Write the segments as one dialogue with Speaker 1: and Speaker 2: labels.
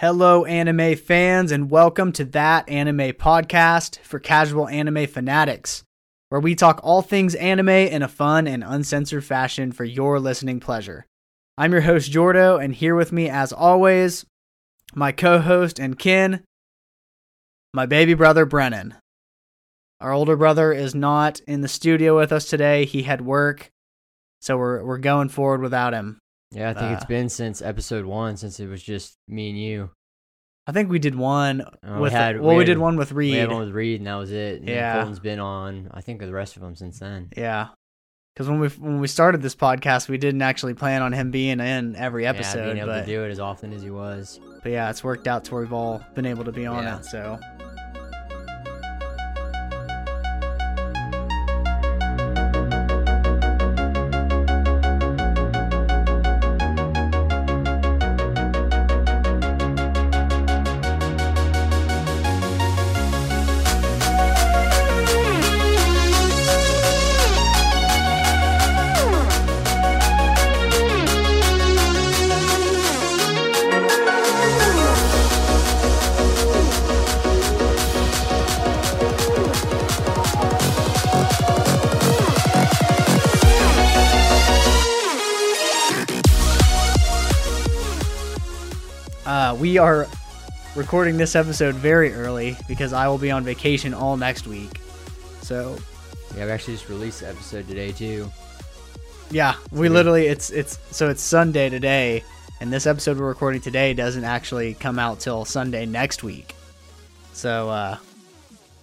Speaker 1: Hello, anime fans, and welcome to That Anime Podcast for casual anime fanatics, where we talk all things anime in a fun and uncensored fashion for your listening pleasure. I'm your host, Jordo, and here with me, as always, my co host and kin, my baby brother, Brennan. Our older brother is not in the studio with us today. He had work, so we're, we're going forward without him.
Speaker 2: Yeah, I think it's
Speaker 1: Uh,
Speaker 2: been since episode one, since it was just me and you.
Speaker 1: I think we did one
Speaker 2: Uh, we
Speaker 1: with
Speaker 2: had-
Speaker 1: well, we,
Speaker 2: we had-
Speaker 1: did one with Reed.
Speaker 2: We had one with Reed, and that was it. And then
Speaker 1: Yeah.
Speaker 2: Colton's been on, I think, the rest of them since then.
Speaker 1: Yeah. Because when we when we started this podcast, we didn't actually plan on him being in every
Speaker 2: yeah,
Speaker 1: episode,
Speaker 2: being able
Speaker 1: but,
Speaker 2: to do it as often as he was.
Speaker 1: but yeah, it's worked out to where we've all been able to be on
Speaker 2: Yeah.
Speaker 1: it. So uh, we are recording this episode very early because I will be on vacation all next week. So
Speaker 2: Yeah, we actually just released the episode today too.
Speaker 1: yeah, we
Speaker 2: Yeah.
Speaker 1: literally it's it's so it's Sunday today, and this episode we're recording today doesn't actually come out till Sunday next week. So uh,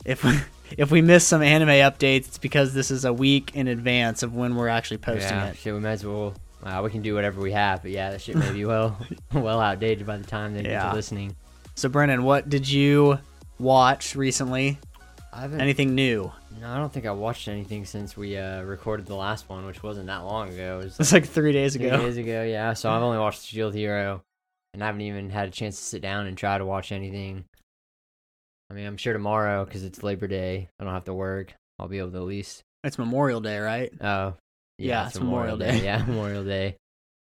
Speaker 1: if we, if we miss some anime updates, it's because this is a week in advance of when we're actually posting
Speaker 2: yeah,
Speaker 1: it.
Speaker 2: shit, we might as well. Uh, we can do whatever we have, but yeah, that shit may be well, well outdated by the time they get
Speaker 1: Yeah.
Speaker 2: to listening.
Speaker 1: So, Brennan, what did you watch recently?
Speaker 2: I haven't.
Speaker 1: Anything new?
Speaker 2: no, I don't think I watched anything since we uh, recorded the last one, which wasn't that long ago. It was
Speaker 1: It's like three days
Speaker 2: Two
Speaker 1: ago.
Speaker 2: days ago, yeah. So I've only watched Shield Hero, and I haven't even had a chance to sit down and try to watch anything. I mean, I'm sure tomorrow because it's Labor Day, I don't have to work. I'll be able to at least.
Speaker 1: It's Memorial Day, right?
Speaker 2: Oh,
Speaker 1: Yeah, it's Memorial Day.
Speaker 2: Yeah, Memorial Day.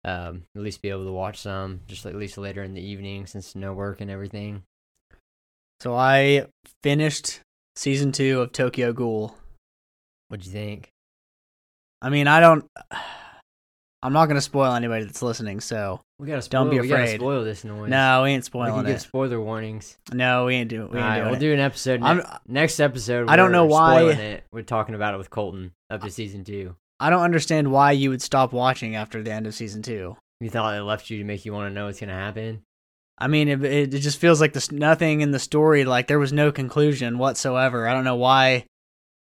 Speaker 2: Um, at least be able to watch some, just at least later in the evening since no work and everything.
Speaker 1: So I finished season two of Tokyo Ghoul.
Speaker 2: What'd you think?
Speaker 1: I mean, I don't. I'm not gonna spoil anybody that's listening. So
Speaker 2: We gotta
Speaker 1: Don't be
Speaker 2: we gotta
Speaker 1: afraid.
Speaker 2: spoil this noise.
Speaker 1: no, we ain't
Speaker 2: we can
Speaker 1: spoiling
Speaker 2: give
Speaker 1: it.
Speaker 2: spoiler warnings.
Speaker 1: No, we ain't do. We ain't
Speaker 2: Alright,
Speaker 1: doing
Speaker 2: we'll
Speaker 1: it.
Speaker 2: do an episode ne-
Speaker 1: I'm-
Speaker 2: next episode.
Speaker 1: I don't know
Speaker 2: we're
Speaker 1: why-
Speaker 2: spoiling it. we're talking about it with Colton up to season two.
Speaker 1: I don't understand why you would stop watching after the end of season two.
Speaker 2: You thought it left you to make you want to know what's gonna happen.
Speaker 1: I mean, it, it it just feels like this nothing in the story. Like there was no conclusion whatsoever. I don't know why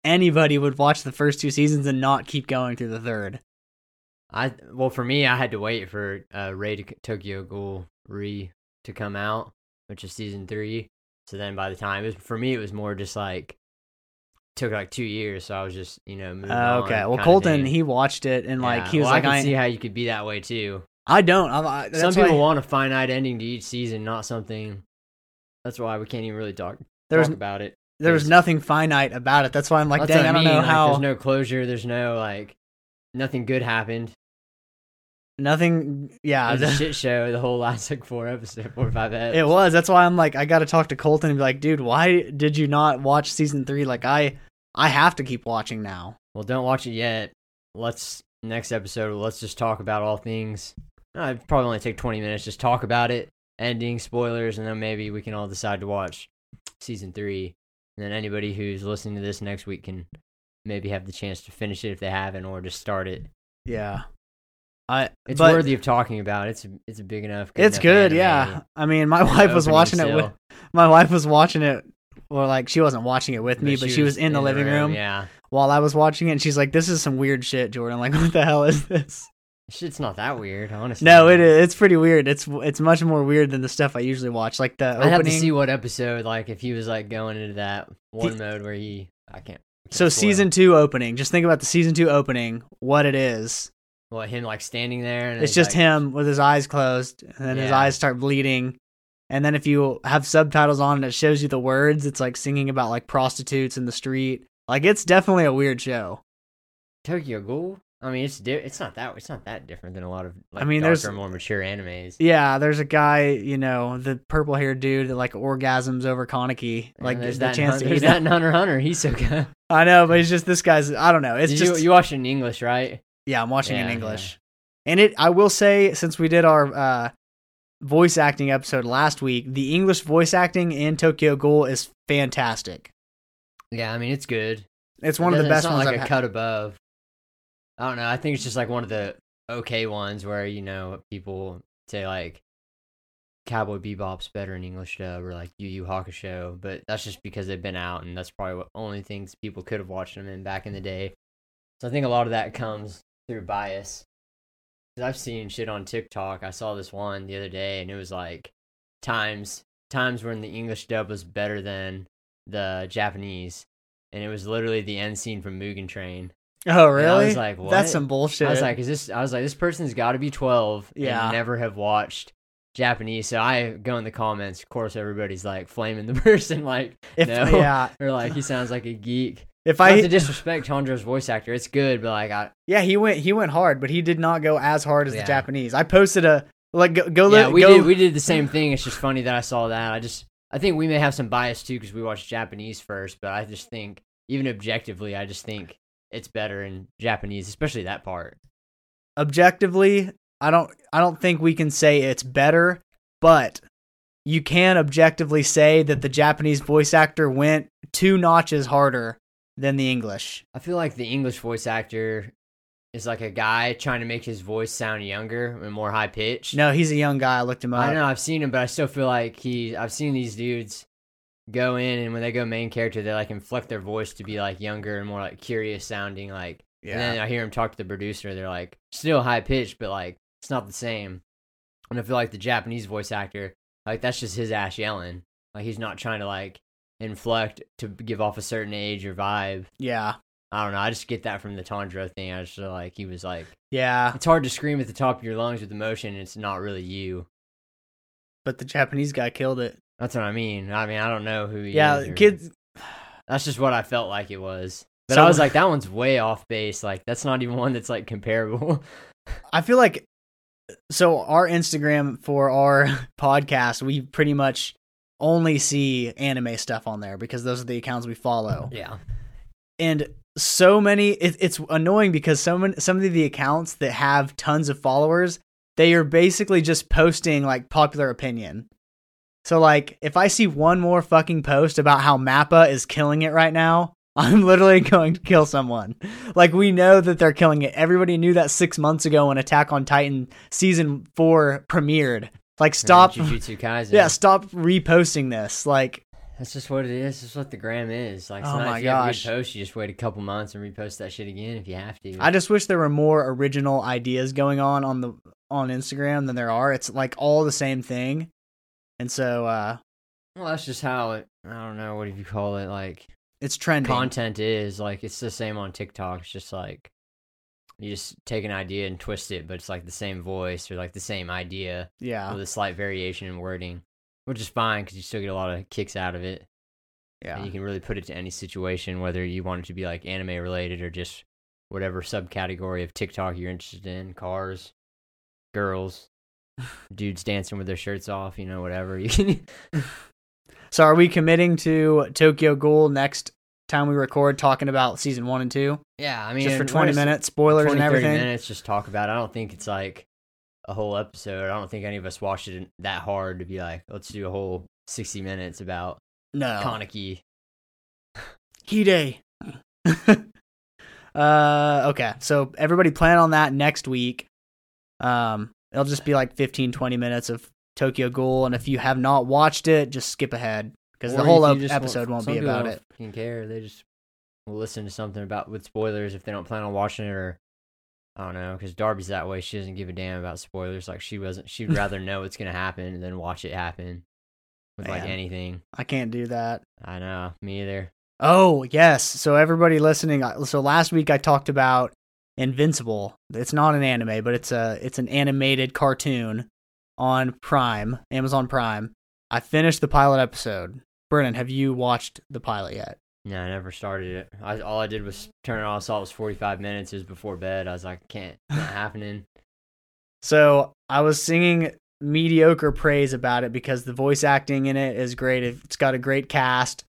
Speaker 1: anybody would watch the first two seasons and not keep going through the third.
Speaker 2: I well, for me, I had to wait for uh, Ray to, Tokyo Ghoul Re to come out, which is season three. So then, by the time it was, for me, it was more just like took like two years. So I was just you know moving
Speaker 1: Uh,
Speaker 2: on
Speaker 1: okay. Well,
Speaker 2: kinda
Speaker 1: Colton,
Speaker 2: thing.
Speaker 1: he watched it and like
Speaker 2: Yeah,
Speaker 1: he was
Speaker 2: well,
Speaker 1: like,
Speaker 2: I can
Speaker 1: I,
Speaker 2: see how you could be that way too.
Speaker 1: I don't. I'm, I, that's
Speaker 2: Some
Speaker 1: why
Speaker 2: people want a finite ending to each season, not something. That's why we can't even really talk
Speaker 1: there was
Speaker 2: talk about it.
Speaker 1: there was nothing finite about it. That's why I'm like,
Speaker 2: That's
Speaker 1: dang,
Speaker 2: what
Speaker 1: I don't
Speaker 2: mean,
Speaker 1: know
Speaker 2: like,
Speaker 1: how
Speaker 2: There's no closure. There's no like nothing good happened.
Speaker 1: nothing. Yeah,
Speaker 2: It was a shit show the whole last like four episode, four or five episodes.
Speaker 1: it was. That's why I'm like, I got to talk to Colton and be like, dude, why did you not watch season three? Like, I I have to keep watching now.
Speaker 2: Well, don't watch it yet. Let's next episode. Let's just talk about all things. I probably only take twenty minutes. Just talk about it, ending, spoilers, and then maybe we can all decide to watch season three. And then anybody who's listening to this next week can maybe have the chance to finish it if they haven't, or just start it.
Speaker 1: Yeah, I.
Speaker 2: It's
Speaker 1: but
Speaker 2: worthy of talking about. It's a, it's a big enough.
Speaker 1: It's
Speaker 2: enough
Speaker 1: good.
Speaker 2: anime.
Speaker 1: Yeah. I mean, my
Speaker 2: Good
Speaker 1: wife was
Speaker 2: opening
Speaker 1: watching it.
Speaker 2: still.
Speaker 1: With, my wife was watching it. Or like she wasn't watching it with me, but she, was in the living room,
Speaker 2: Yeah,
Speaker 1: while I was watching it. And she's like, "This is some weird shit, Jordan. Like, what the hell is this?"
Speaker 2: shit's not that weird, honestly.
Speaker 1: No, it is. It's pretty weird. It's it's much more weird than the stuff I usually watch. Like the
Speaker 2: I'd
Speaker 1: opening.
Speaker 2: have to see what episode, like if he was like going into that one mode where he, I can't. I can't
Speaker 1: so
Speaker 2: spoil.
Speaker 1: season two opening. Just think about the season two opening. What it is.
Speaker 2: what him like standing there, and
Speaker 1: It's just
Speaker 2: like,
Speaker 1: him with his eyes closed, and then his
Speaker 2: Yeah.
Speaker 1: eyes start bleeding. And then if you have subtitles on and it shows you the words, it's like singing about like prostitutes in the street. Like it's definitely a weird show.
Speaker 2: Tokyo Ghoul. I mean, it's di- it's not that it's not that different than a lot of like,
Speaker 1: I mean, there's-
Speaker 2: darker, more mature animes.
Speaker 1: Yeah, there's a guy, you know, the purple haired dude that like orgasms over Kaneki.
Speaker 2: And
Speaker 1: Like
Speaker 2: there's
Speaker 1: the
Speaker 2: that in
Speaker 1: chance
Speaker 2: Hun-
Speaker 1: to eat
Speaker 2: there's
Speaker 1: it.
Speaker 2: that in Hunter x Hunter. He's so good.
Speaker 1: I know, but it's just this guy's I don't know. It's
Speaker 2: Did
Speaker 1: just
Speaker 2: you, you watched it in English, right?
Speaker 1: Yeah, I'm watching in
Speaker 2: Yeah,
Speaker 1: English. And it I will say since we did our uh voice acting episode last week, the English voice acting in Tokyo Ghoul is fantastic.
Speaker 2: Yeah, I mean, it's good.
Speaker 1: It's
Speaker 2: It
Speaker 1: one of the
Speaker 2: doesn't-
Speaker 1: best
Speaker 2: it's not
Speaker 1: ones
Speaker 2: like
Speaker 1: I've
Speaker 2: a
Speaker 1: had.
Speaker 2: cut above. I don't know. I think it's just like one of the okay ones where you know people say like Cowboy Bebop's better in English dub or like Yu Yu Hakusho, but that's just because they've been out and that's probably what only things people could have watched them in back in the day. So I think a lot of that comes through bias. 'Cause I've seen shit on TikTok. I saw this one the other day and it was like times times when the English dub was better than the Japanese and it was literally the end scene from Mugen Train.
Speaker 1: Oh
Speaker 2: And
Speaker 1: really?
Speaker 2: I was like, what?
Speaker 1: That's some bullshit.
Speaker 2: I was like, is this? I was like, this person's got to be twelve
Speaker 1: Yeah.
Speaker 2: and never have watched Japanese. So I go in the comments. Of course, everybody's like flaming the person, like
Speaker 1: if,
Speaker 2: no,
Speaker 1: yeah.
Speaker 2: or like he sounds like a geek.
Speaker 1: If
Speaker 2: Not
Speaker 1: I
Speaker 2: to disrespect Hondra's voice actor, it's good, but like I,
Speaker 1: Yeah, he went he went hard, but he did not go as hard as the
Speaker 2: Yeah.
Speaker 1: Japanese. I posted a like go, go
Speaker 2: yeah,
Speaker 1: li-
Speaker 2: we
Speaker 1: go
Speaker 2: did we did the same thing. It's just funny that I saw that. I just I think we may have some bias too because we watched Japanese first, but I just think even objectively, I just think it's better in Japanese, especially that part.
Speaker 1: objectively. I don't I don't think we can say it's better, but you can objectively say that the Japanese voice actor went two notches harder than the English.
Speaker 2: I feel like the English voice actor is like a guy trying to make his voice sound younger and more high pitched.
Speaker 1: No, uh, he's a young guy. I looked him up.
Speaker 2: I know I've seen him, but I still feel like he. I've seen these dudes go in, and when they go main character, they like inflect their voice to be like younger and more like curious sounding. Like,
Speaker 1: Yeah.
Speaker 2: and then I hear him talk to the producer. They're like still high pitched, but like it's not the same. And I feel like the Japanese voice actor, like that's just his ass yelling. Like he's not trying to like inflect to give off a certain age or vibe.
Speaker 1: yeah.
Speaker 2: I don't know. I just get that from the Tondra thing. I just feel like he was like,
Speaker 1: Yeah.
Speaker 2: it's hard to scream at the top of your lungs with emotion. It's not really you.
Speaker 1: But the Japanese guy killed it.
Speaker 2: That's what I mean. I mean, I don't know who he
Speaker 1: Yeah,
Speaker 2: is. or-
Speaker 1: kids
Speaker 2: That's just what I felt like it was. But
Speaker 1: So-
Speaker 2: I was like, that one's way off base. Like, that's not even one that's like comparable.
Speaker 1: I feel like so our Instagram for our podcast, we pretty much only see anime stuff on there because those are the accounts we follow.
Speaker 2: yeah.
Speaker 1: And so many it, it's annoying because so many, some of the accounts that have tons of followers, they are basically just posting like popular opinion. So like if I see one more fucking post about how Mappa is killing it right now, I'm literally going to kill someone. Like we know that they're killing it. Everybody knew that 6 months ago when Attack on Titan season 4 premiered. Like stop
Speaker 2: Jujutsu Kaisen.
Speaker 1: Yeah, stop reposting this. Like
Speaker 2: That's just what it is. That's what the gram is. Like, it's
Speaker 1: Oh
Speaker 2: not
Speaker 1: my
Speaker 2: if you have a
Speaker 1: gosh.
Speaker 2: good post, you just wait a couple months and repost that shit again if you have to.
Speaker 1: I just wish there were more original ideas going on on the on Instagram than there are. It's like all the same thing. And so uh
Speaker 2: well, that's just how it, I don't know, what do you call it? Like,
Speaker 1: it's trending.
Speaker 2: content is like it's the same on TikTok. It's just like you just take an idea and twist it, but it's like the same voice or like the same idea
Speaker 1: yeah.
Speaker 2: with a slight variation in wording, which is fine because you still get a lot of kicks out of it. And
Speaker 1: Yeah.
Speaker 2: you can really put it to any situation, whether you want it to be like anime related or just whatever subcategory of TikTok you're interested in cars, girls, dudes dancing with their shirts off, you know, whatever. You can.
Speaker 1: So are we committing to Tokyo Ghoul next time we record talking about season 1 and 2
Speaker 2: Yeah, I mean,
Speaker 1: just for
Speaker 2: what
Speaker 1: 20
Speaker 2: is-
Speaker 1: minutes, spoilers
Speaker 2: 20,
Speaker 1: and
Speaker 2: 30
Speaker 1: everything?
Speaker 2: minutes just talk about it. I don't think it's like a whole episode. I don't think any of us watched it that hard to be like, let's do a whole 60 minutes about
Speaker 1: No.
Speaker 2: Kaneki.
Speaker 1: Hide. uh okay. So everybody plan on that next week. Um it'll just be like 15 20 minutes of Tokyo Ghoul and if you have not watched it, just skip ahead because the
Speaker 2: Or
Speaker 1: whole
Speaker 2: if you
Speaker 1: ep-
Speaker 2: just want-
Speaker 1: episode won't
Speaker 2: some
Speaker 1: be
Speaker 2: people
Speaker 1: about
Speaker 2: don't
Speaker 1: it.
Speaker 2: fucking care. They just will listen to something about with spoilers if they don't plan on watching it or. I don't know, because Darby's that way. She doesn't give a damn about spoilers. Like she wasn't. She'd rather know what's gonna happen than watch it happen with like
Speaker 1: Man.
Speaker 2: anything.
Speaker 1: I can't do that.
Speaker 2: I know, me either.
Speaker 1: Oh, yes. So everybody listening, I- so last week I talked about Invincible. It's not an anime, but it's a it's an animated cartoon on Prime, Amazon Prime. I finished the pilot episode. Brennan, have you watched the pilot yet?
Speaker 2: No, I never started it. I, all I did was turn it on. I saw it was 45 minutes. It was before bed. I was like, can't, it's not happening.
Speaker 1: So I was singing mediocre praise about it because the voice acting in it is great. It's got a great cast.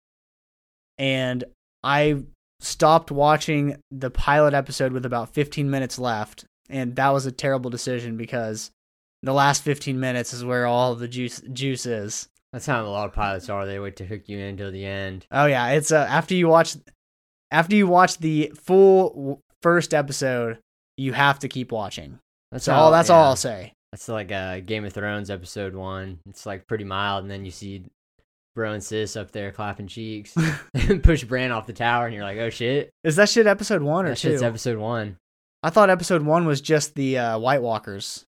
Speaker 1: And I stopped watching the pilot episode with about 15 minutes left. And that was a terrible decision because the last 15 minutes is where all the juice, juice is.
Speaker 2: That's how a lot of pilots are. They wait to hook you in till the end.
Speaker 1: Oh yeah, it's uh, after you watch after you watch the full w- first episode, you have to keep watching.
Speaker 2: That's
Speaker 1: so all that's
Speaker 2: Oh, yeah.
Speaker 1: all I'll say.
Speaker 2: That's like uh, Game of Thrones episode one. It's like pretty mild, and then you see bro and sis up there clapping cheeks, and push Bran off the tower, and you're like, oh shit.
Speaker 1: Is that shit episode 1 or
Speaker 2: That
Speaker 1: 2?
Speaker 2: shit's episode one.
Speaker 1: I thought episode 1 was just the uh, White Walkers.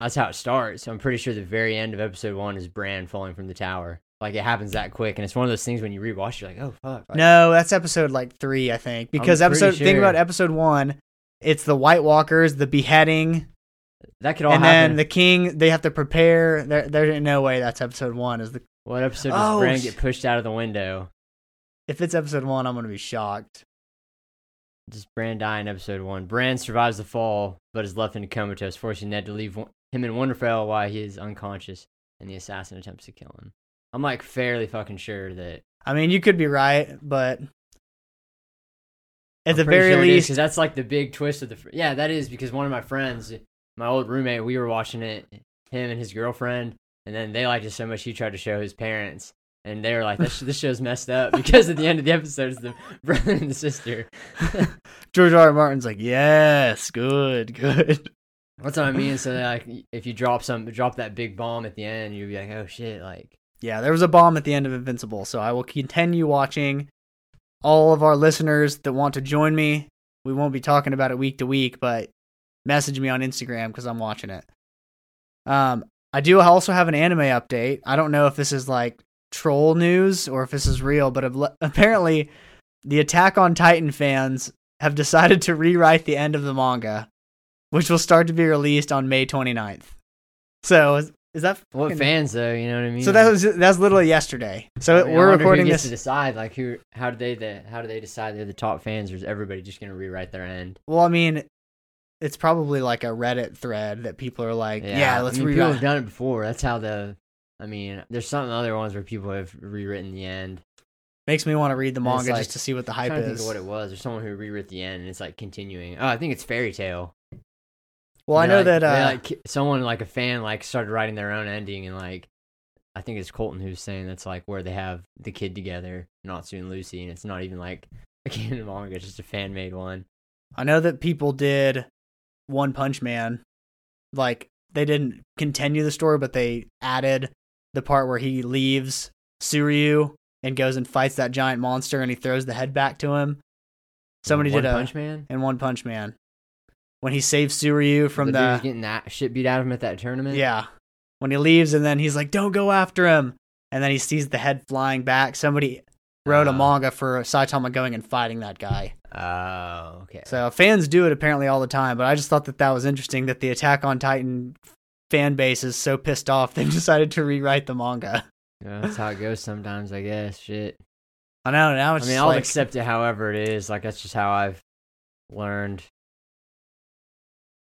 Speaker 2: That's how it starts. I'm pretty sure the very end of episode one is Bran falling from the tower. Like it happens that quick, and it's one of those things when you rewatch, you're like, oh fuck. Like,
Speaker 1: No, that's episode like 3, I think. Because
Speaker 2: I'm pretty
Speaker 1: episode think about
Speaker 2: sure.
Speaker 1: episode 1, it's the White Walkers, the beheading,
Speaker 2: that could all
Speaker 1: and
Speaker 2: happen.
Speaker 1: then the king, they have to prepare. There there's no way that's episode 1 is the
Speaker 2: What episode does
Speaker 1: Oh,
Speaker 2: Bran
Speaker 1: sh-
Speaker 2: get pushed out of the window?
Speaker 1: If it's episode 1, I'm going to be shocked.
Speaker 2: Does Bran die in episode one? Bran survives the fall, but is left in a comatose, forcing Ned to leave wo- him in Winterfell while he is unconscious, and the assassin attempts to kill him. I'm like fairly fucking sure that
Speaker 1: I mean, you could be right, but at
Speaker 2: I'm
Speaker 1: the
Speaker 2: pretty
Speaker 1: very
Speaker 2: sure it is, 'cause
Speaker 1: least,
Speaker 2: that's like the big twist of the. fr- Yeah, that is because one of my friends, my old roommate, we were watching it, him and his girlfriend, and then they liked it so much he tried to show his parents, and they were like, "This, this show's messed up," because at the end of the episode it's the brother and the sister.
Speaker 1: George R. R. Martin's like, yes, good, good.
Speaker 2: That's what I mean. So like, if you drop some, drop that big bomb at the end, you'll be like, "Oh shit!" Like,
Speaker 1: Yeah, there was a bomb at the end of Invincible, so I will continue watching. All of our listeners that want to join me, we won't be talking about it week to week, but message me on Instagram because I'm watching it. Um, I do also have an anime update. I don't know if this is like troll news or if this is real, but ab- apparently the Attack on Titan fans have decided to rewrite the end of the manga, which will start to be released on May 29th. So is, is that
Speaker 2: what
Speaker 1: fucking-
Speaker 2: fans though? You know what I mean?
Speaker 1: so that was that was literally yesterday. So
Speaker 2: I mean, I
Speaker 1: we're
Speaker 2: wonder who
Speaker 1: recording
Speaker 2: gets
Speaker 1: this.
Speaker 2: to decide. Like, who? How do they? The, how do they decide they're the top fans, or is everybody just gonna rewrite their end?
Speaker 1: Well, I mean, it's probably like a Reddit thread that people are like, "Yeah, let's
Speaker 2: I mean, People have
Speaker 1: rewrite."
Speaker 2: done it before. That's how the. I mean, there's some other ones where people have rewritten the end.
Speaker 1: Makes me want to read the
Speaker 2: And it's
Speaker 1: manga
Speaker 2: like-
Speaker 1: just to see what the
Speaker 2: I'm
Speaker 1: hype
Speaker 2: trying to think
Speaker 1: is.
Speaker 2: of what it was. There's someone who rewrote the end, and it's like continuing. Oh, I think it's Fairy Tale.
Speaker 1: well, I
Speaker 2: They,
Speaker 1: know
Speaker 2: like-
Speaker 1: that.
Speaker 2: they,
Speaker 1: Uh,
Speaker 2: like, someone like a fan like started writing their own ending, and like I think it's Colton who's saying that's like where they have the kid together, Natsu and Lucy, and it's not even like a canon manga, it's just a fan made one.
Speaker 1: I know that people did One Punch Man. Like they didn't continue the story, but they added the part where he leaves Suryu and goes and fights that giant monster, and he throws the head back to him. Somebody
Speaker 2: One
Speaker 1: did a
Speaker 2: Punch Man
Speaker 1: and One Punch Man when he saves Suryu from
Speaker 2: dude
Speaker 1: the
Speaker 2: who's getting that shit beat out of him at that tournament.
Speaker 1: Yeah. When he leaves and then he's like, don't go after him. And then he sees the head flying back. Somebody wrote a
Speaker 2: Uh.
Speaker 1: manga for Saitama going and fighting that guy.
Speaker 2: Oh, okay.
Speaker 1: So fans do it apparently all the time, but I just thought that that was interesting that the Attack on Titan fan base is so pissed off they've decided to rewrite the manga.
Speaker 2: Yeah, that's how it goes sometimes, I guess. Shit.
Speaker 1: I know, now
Speaker 2: I
Speaker 1: it's
Speaker 2: mean,
Speaker 1: just
Speaker 2: I'll
Speaker 1: like,
Speaker 2: accept it however it is. Like that's just how I've learned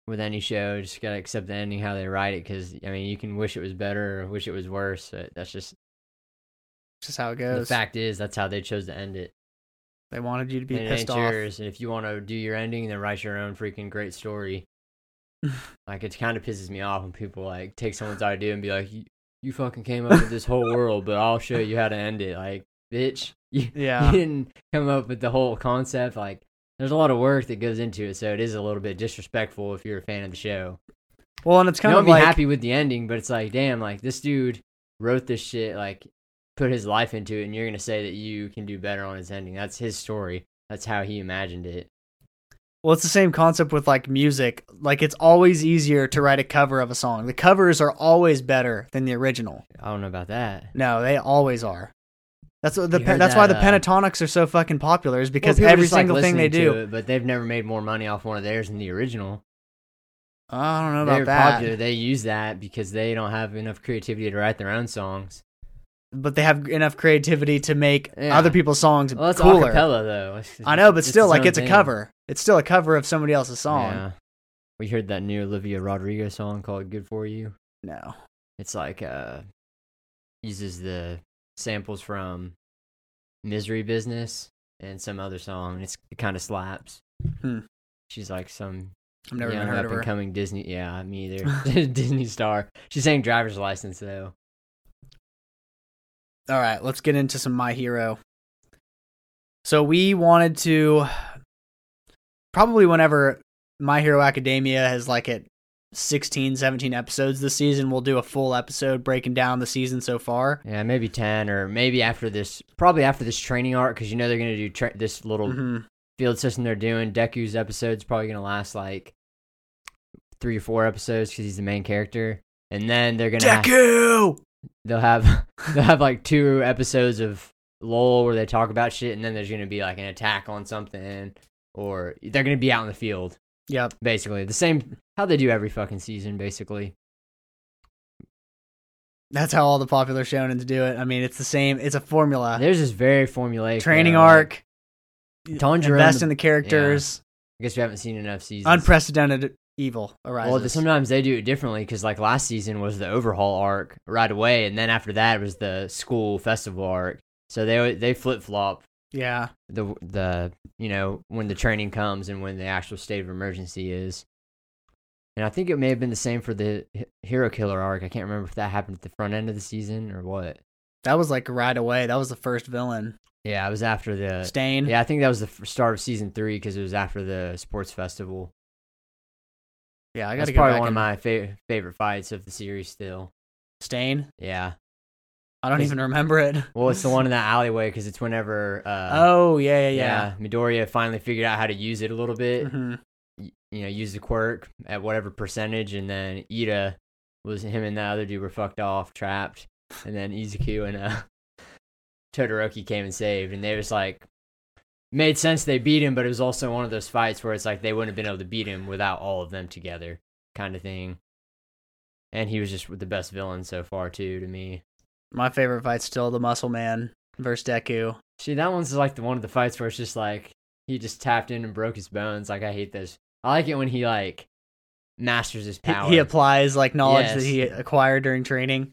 Speaker 2: with any show. Just gotta accept the ending how they write it. Because I mean, you can wish it was better or wish it was worse. But that's just
Speaker 1: just how it
Speaker 2: the
Speaker 1: goes.
Speaker 2: fact is that's how they chose to end it.
Speaker 1: They wanted you to be
Speaker 2: And it
Speaker 1: pissed
Speaker 2: ain't
Speaker 1: off.
Speaker 2: yours. And if you want to do your ending, then write your own freaking great story. like it kind of pisses me off when people like take someone's idea and be like, "You, you fucking came up with this whole world, but I'll show you how to end it." Like, bitch, you,
Speaker 1: Yeah.
Speaker 2: you didn't come up with the whole concept. Like, there's a lot of work that goes into it, so it is a little bit disrespectful if you're a fan of the show.
Speaker 1: Well, and it's
Speaker 2: Kind
Speaker 1: kind
Speaker 2: you
Speaker 1: of
Speaker 2: don't be
Speaker 1: like,
Speaker 2: happy with the ending, but it's like, damn, like this dude wrote this shit, like put his life into it, and you're gonna say that you can do better on his ending. That's his story. That's how he imagined it.
Speaker 1: Well, it's the same concept with like music. Like it's always easier to write a cover of a song. The covers are always better than the original.
Speaker 2: I don't know about that.
Speaker 1: No, they always are. That's what the
Speaker 2: You
Speaker 1: pe-
Speaker 2: heard
Speaker 1: that's why the
Speaker 2: that, uh,
Speaker 1: pentatonics are so fucking popular is because
Speaker 2: Well, people
Speaker 1: every
Speaker 2: just like
Speaker 1: single thing they
Speaker 2: listening to
Speaker 1: do.
Speaker 2: it, but they've never made more money off one of theirs than the original.
Speaker 1: I don't know
Speaker 2: They're
Speaker 1: about that.
Speaker 2: popular. They use that because they don't have enough creativity to write their own songs.
Speaker 1: but they have enough creativity to make
Speaker 2: Yeah.
Speaker 1: other people's songs
Speaker 2: Well, that's
Speaker 1: cooler.
Speaker 2: acapella though. It's-
Speaker 1: I know, but still,
Speaker 2: its
Speaker 1: like
Speaker 2: own
Speaker 1: it's a
Speaker 2: thing.
Speaker 1: cover. It's still a cover of somebody else's song.
Speaker 2: Yeah. We heard that new Olivia Rodrigo song called "Good for You."
Speaker 1: No,
Speaker 2: It's like uh uses the samples from "Misery Business" and some other song. It's it kind of slaps.
Speaker 1: Hmm.
Speaker 2: She's like some
Speaker 1: I've never
Speaker 2: young
Speaker 1: even heard
Speaker 2: up
Speaker 1: of
Speaker 2: and
Speaker 1: her.
Speaker 2: coming Disney. Yeah, me either. Disney star. She's saying "Driver's License" though.
Speaker 1: All right, let's get into some My Hero. So we wanted to probably whenever My Hero Academia has like at 16, 17 episodes this season, we'll do a full episode breaking down the season so far.
Speaker 2: Yeah, maybe ten or maybe after this. Probably after this training arc because you know they're gonna do tra- this little
Speaker 1: hmm
Speaker 2: field system they're doing. Deku's episode's probably gonna last like three or four episodes because he's the main character, and then they're gonna ha-
Speaker 1: Deku.
Speaker 2: they'll have they'll have like two episodes of LOL where they talk about shit, and then there's gonna be like an attack on something, or they're gonna be out in the field
Speaker 1: Yep.
Speaker 2: basically. The same how they do every fucking season basically.
Speaker 1: That's how all the popular shonens do it. I mean, it's the same. It's a formula.
Speaker 2: There's this very formulaic
Speaker 1: Uh,
Speaker 2: uh,
Speaker 1: Training
Speaker 2: though, like,
Speaker 1: arc,
Speaker 2: Tanjiro and
Speaker 1: invest
Speaker 2: the-
Speaker 1: in the characters,
Speaker 2: I guess we haven't seen enough seasons.
Speaker 1: unprecedented evil arises.
Speaker 2: Well, th- sometimes they do it differently because, like, last season was the overhaul arc right away, and then after that was the school festival arc. So they al- they flip flop
Speaker 1: yeah.
Speaker 2: the the you know when the training comes and when the actual state of emergency is. And I think it may have been the same for the H- hero killer arc. I can't remember if that happened at the front end of the season or what.
Speaker 1: That was like right away. That was the first villain.
Speaker 2: Yeah, it was after the.
Speaker 1: Stain.
Speaker 2: Yeah, I think that was the f- start of season three because it was after the sports festival.
Speaker 1: Yeah, I got
Speaker 2: That's
Speaker 1: to go
Speaker 2: probably
Speaker 1: back
Speaker 2: one
Speaker 1: and-
Speaker 2: of my fa- favorite fights of the series. Still,
Speaker 1: Stain.
Speaker 2: yeah.
Speaker 1: I don't
Speaker 2: Is-
Speaker 1: even remember it.
Speaker 2: Well, it's the one in that alleyway because it's whenever. Uh,
Speaker 1: oh yeah, yeah, yeah.
Speaker 2: Midoriya finally figured out how to use it a little bit.
Speaker 1: Mhm.
Speaker 2: y- You know, use the quirk at whatever percentage, and then Ida was him and that other dude were fucked off, trapped, and then Izuku and uh, Todoroki came and saved, and they was like. Made sense they beat him, but it was also one of those fights where it's like they wouldn't have been able to beat him without all of them together, kind of thing. And he was just the best villain so far, too, to me.
Speaker 1: My favorite fight's still the Muscle Man versus Deku.
Speaker 2: See, that one's like the one of the fights where it's just like he just tapped in and broke his bones. Like I hate this. I like it when he like masters his
Speaker 1: He,
Speaker 2: power.
Speaker 1: he applies like knowledge that
Speaker 2: Yes.
Speaker 1: he acquired during training.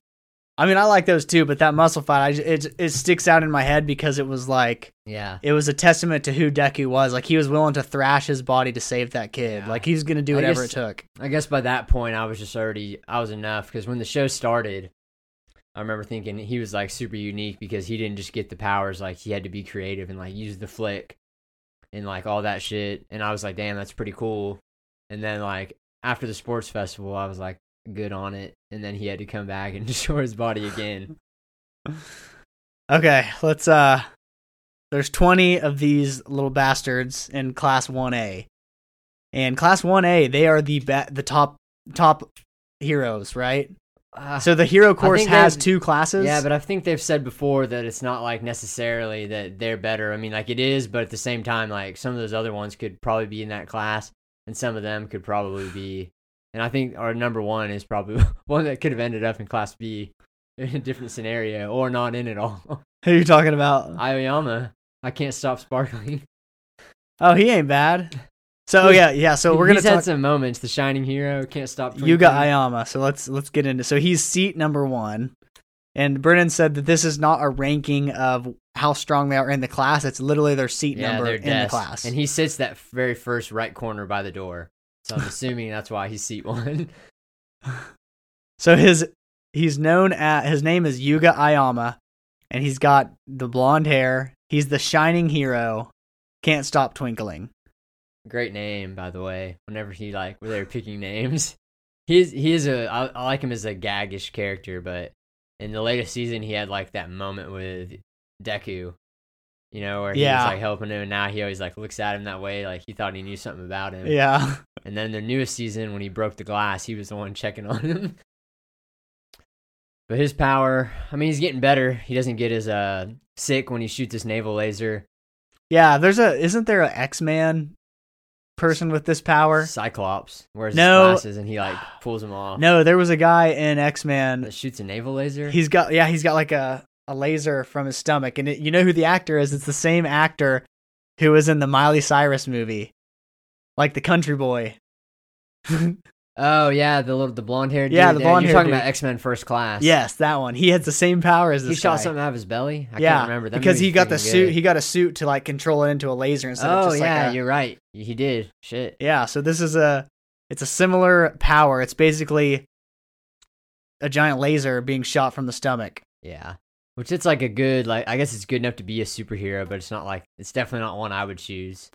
Speaker 1: I mean, I like those too, but that muscle fight, I, ju- it it sticks out in my head because it was like
Speaker 2: yeah.
Speaker 1: it was a testament to who Deku was. Like he was willing to thrash his body to save that kid.
Speaker 2: Yeah.
Speaker 1: Like he's gonna do
Speaker 2: I
Speaker 1: whatever
Speaker 2: guess-
Speaker 1: it took.
Speaker 2: I guess by that point I was just already I was enough because when the show started, I remember thinking he was like super unique because he didn't just get the powers like he had to be creative and like use the flick and like all that shit. And I was like, damn, that's pretty cool. And then like after the sports festival, I was like, good on it. And then he had to come back and destroy his body again.
Speaker 1: Okay, let's uh there's 20 of these little bastards in class 1A. And class 1A, they are the ba- the top top heroes, right?
Speaker 2: Ah.
Speaker 1: So the hero course
Speaker 2: think
Speaker 1: has
Speaker 2: they're-
Speaker 1: two classes.
Speaker 2: Yeah, but I think they've said before that it's not like necessarily that they're better. I mean, like it is, but at the same time, like some of those other ones could probably be in that class, and some of them could probably be. And I think our number one is probably one that could have ended up in class B in a different scenario or not in at all.
Speaker 1: who are you talking about?
Speaker 2: Aoyama, I can't stop sparkling.
Speaker 1: oh, he ain't bad. So oh, yeah, yeah, so we're going
Speaker 2: He's
Speaker 1: to
Speaker 2: had
Speaker 1: talk
Speaker 2: some moments. The shining hero can't stop.
Speaker 1: you got
Speaker 2: twinkling.
Speaker 1: Ayama. So let's let's get into. So he's seat number 1. And Brennan said that this is not a ranking of how strong they are in the class. It's literally their seat
Speaker 2: yeah,
Speaker 1: number
Speaker 2: they're
Speaker 1: in the
Speaker 2: desks.
Speaker 1: class.
Speaker 2: and he sits that very first right corner by the door. So I'm assuming that's why he's seat one.
Speaker 1: So his he's known at his name is Yuga Ayama, and he's got the blonde hair. He's the shining hero. Can't stop twinkling.
Speaker 2: Great name, by the way. Whenever he like, when they were picking names, he's he is a I, I like him as a gaggish character, but in the latest season, he had like that moment with Deku, you know, where he
Speaker 1: Yeah.
Speaker 2: was like helping him, and now he always like looks at him that way, like he thought he knew something about him.
Speaker 1: Yeah.
Speaker 2: And then the newest season, when he broke the glass, he was the one checking on him. But his power, I mean, he's getting better. He doesn't get as uh sick when he shoots his navel laser.
Speaker 1: Yeah, there's a isn't there an X-Man person with this power?
Speaker 2: Cyclops wears
Speaker 1: No.
Speaker 2: his glasses and he like pulls them off.
Speaker 1: No, there was a guy in X-Man.
Speaker 2: that shoots a naval laser.
Speaker 1: He's got yeah, he's got like a a laser from his stomach, and it, you know who the actor is? It's the same actor who was in the Miley Cyrus movie, like the country boy.
Speaker 2: Oh yeah, the little the blonde haired.
Speaker 1: Yeah,
Speaker 2: dude.
Speaker 1: the blonde-haired
Speaker 2: You're talking
Speaker 1: dude.
Speaker 2: about X Men First Class.
Speaker 1: yes, that one. He has the same power as
Speaker 2: he
Speaker 1: this
Speaker 2: shot
Speaker 1: guy.
Speaker 2: something out of his belly. I
Speaker 1: yeah,
Speaker 2: can't remember that
Speaker 1: because he
Speaker 2: movie's
Speaker 1: got the
Speaker 2: freaking
Speaker 1: suit.
Speaker 2: good.
Speaker 1: He got a suit to like control it into a laser instead of
Speaker 2: oh
Speaker 1: just
Speaker 2: yeah,
Speaker 1: like a,
Speaker 2: you're right. He did. Shit.
Speaker 1: yeah. So this is a it's a similar power. It's basically a giant laser being shot from the stomach.
Speaker 2: Yeah. Which it's like a good like I guess it's good enough to be a superhero, but it's not like it's definitely not one I would choose.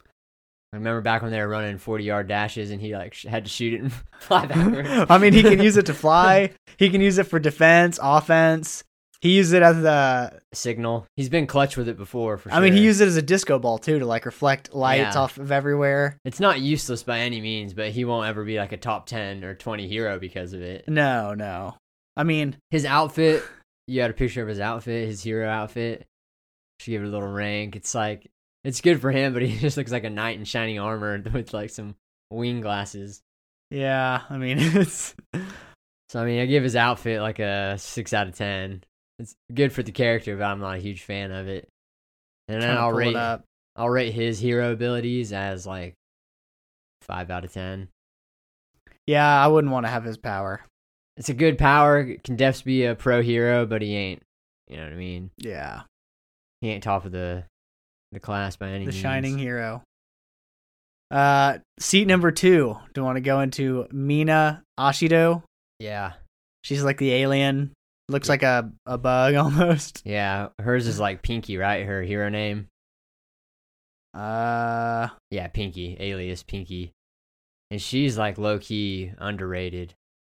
Speaker 2: I remember back when they were running forty yard dashes and he like sh- had to shoot it and fly backwards.
Speaker 1: I mean, he can use it to fly. He can use it for defense, offense. He used it as a
Speaker 2: signal. He's been clutch with it before. For
Speaker 1: I mean, he
Speaker 2: sure.
Speaker 1: used it as a disco ball too to like reflect lights
Speaker 2: Yeah.
Speaker 1: off of everywhere.
Speaker 2: It's not useless by any means, but he won't ever be like a top ten or twenty hero because of it.
Speaker 1: No, no. I mean,
Speaker 2: His outfit, you got a picture of his outfit, his hero outfit. Should give it a little rank. It's like it's good for him, but he just looks like a knight in shining armor with like some wing glasses.
Speaker 1: yeah. I mean, it's
Speaker 2: So I mean, I give his outfit like a six out of ten. It's good for the character, but I'm not a huge fan of it. And
Speaker 1: trying
Speaker 2: then
Speaker 1: to
Speaker 2: I'll
Speaker 1: pull it
Speaker 2: rate
Speaker 1: up.
Speaker 2: I'll rate his hero abilities as like five out of ten.
Speaker 1: Yeah, I wouldn't want to have his power.
Speaker 2: It's a good power. Can Defs be a pro hero, but he ain't. You know what I mean?
Speaker 1: Yeah,
Speaker 2: He ain't top of the the class by any
Speaker 1: the
Speaker 2: means.
Speaker 1: shining hero. Uh, seat number two. Do you want to go into Mina Ashido?
Speaker 2: Yeah,
Speaker 1: She's like the alien. Looks like a a bug almost.
Speaker 2: yeah. Hers is like Pinky, right? Her hero name.
Speaker 1: Uh,
Speaker 2: Yeah, Pinky, alias Pinky. And she's like low key underrated.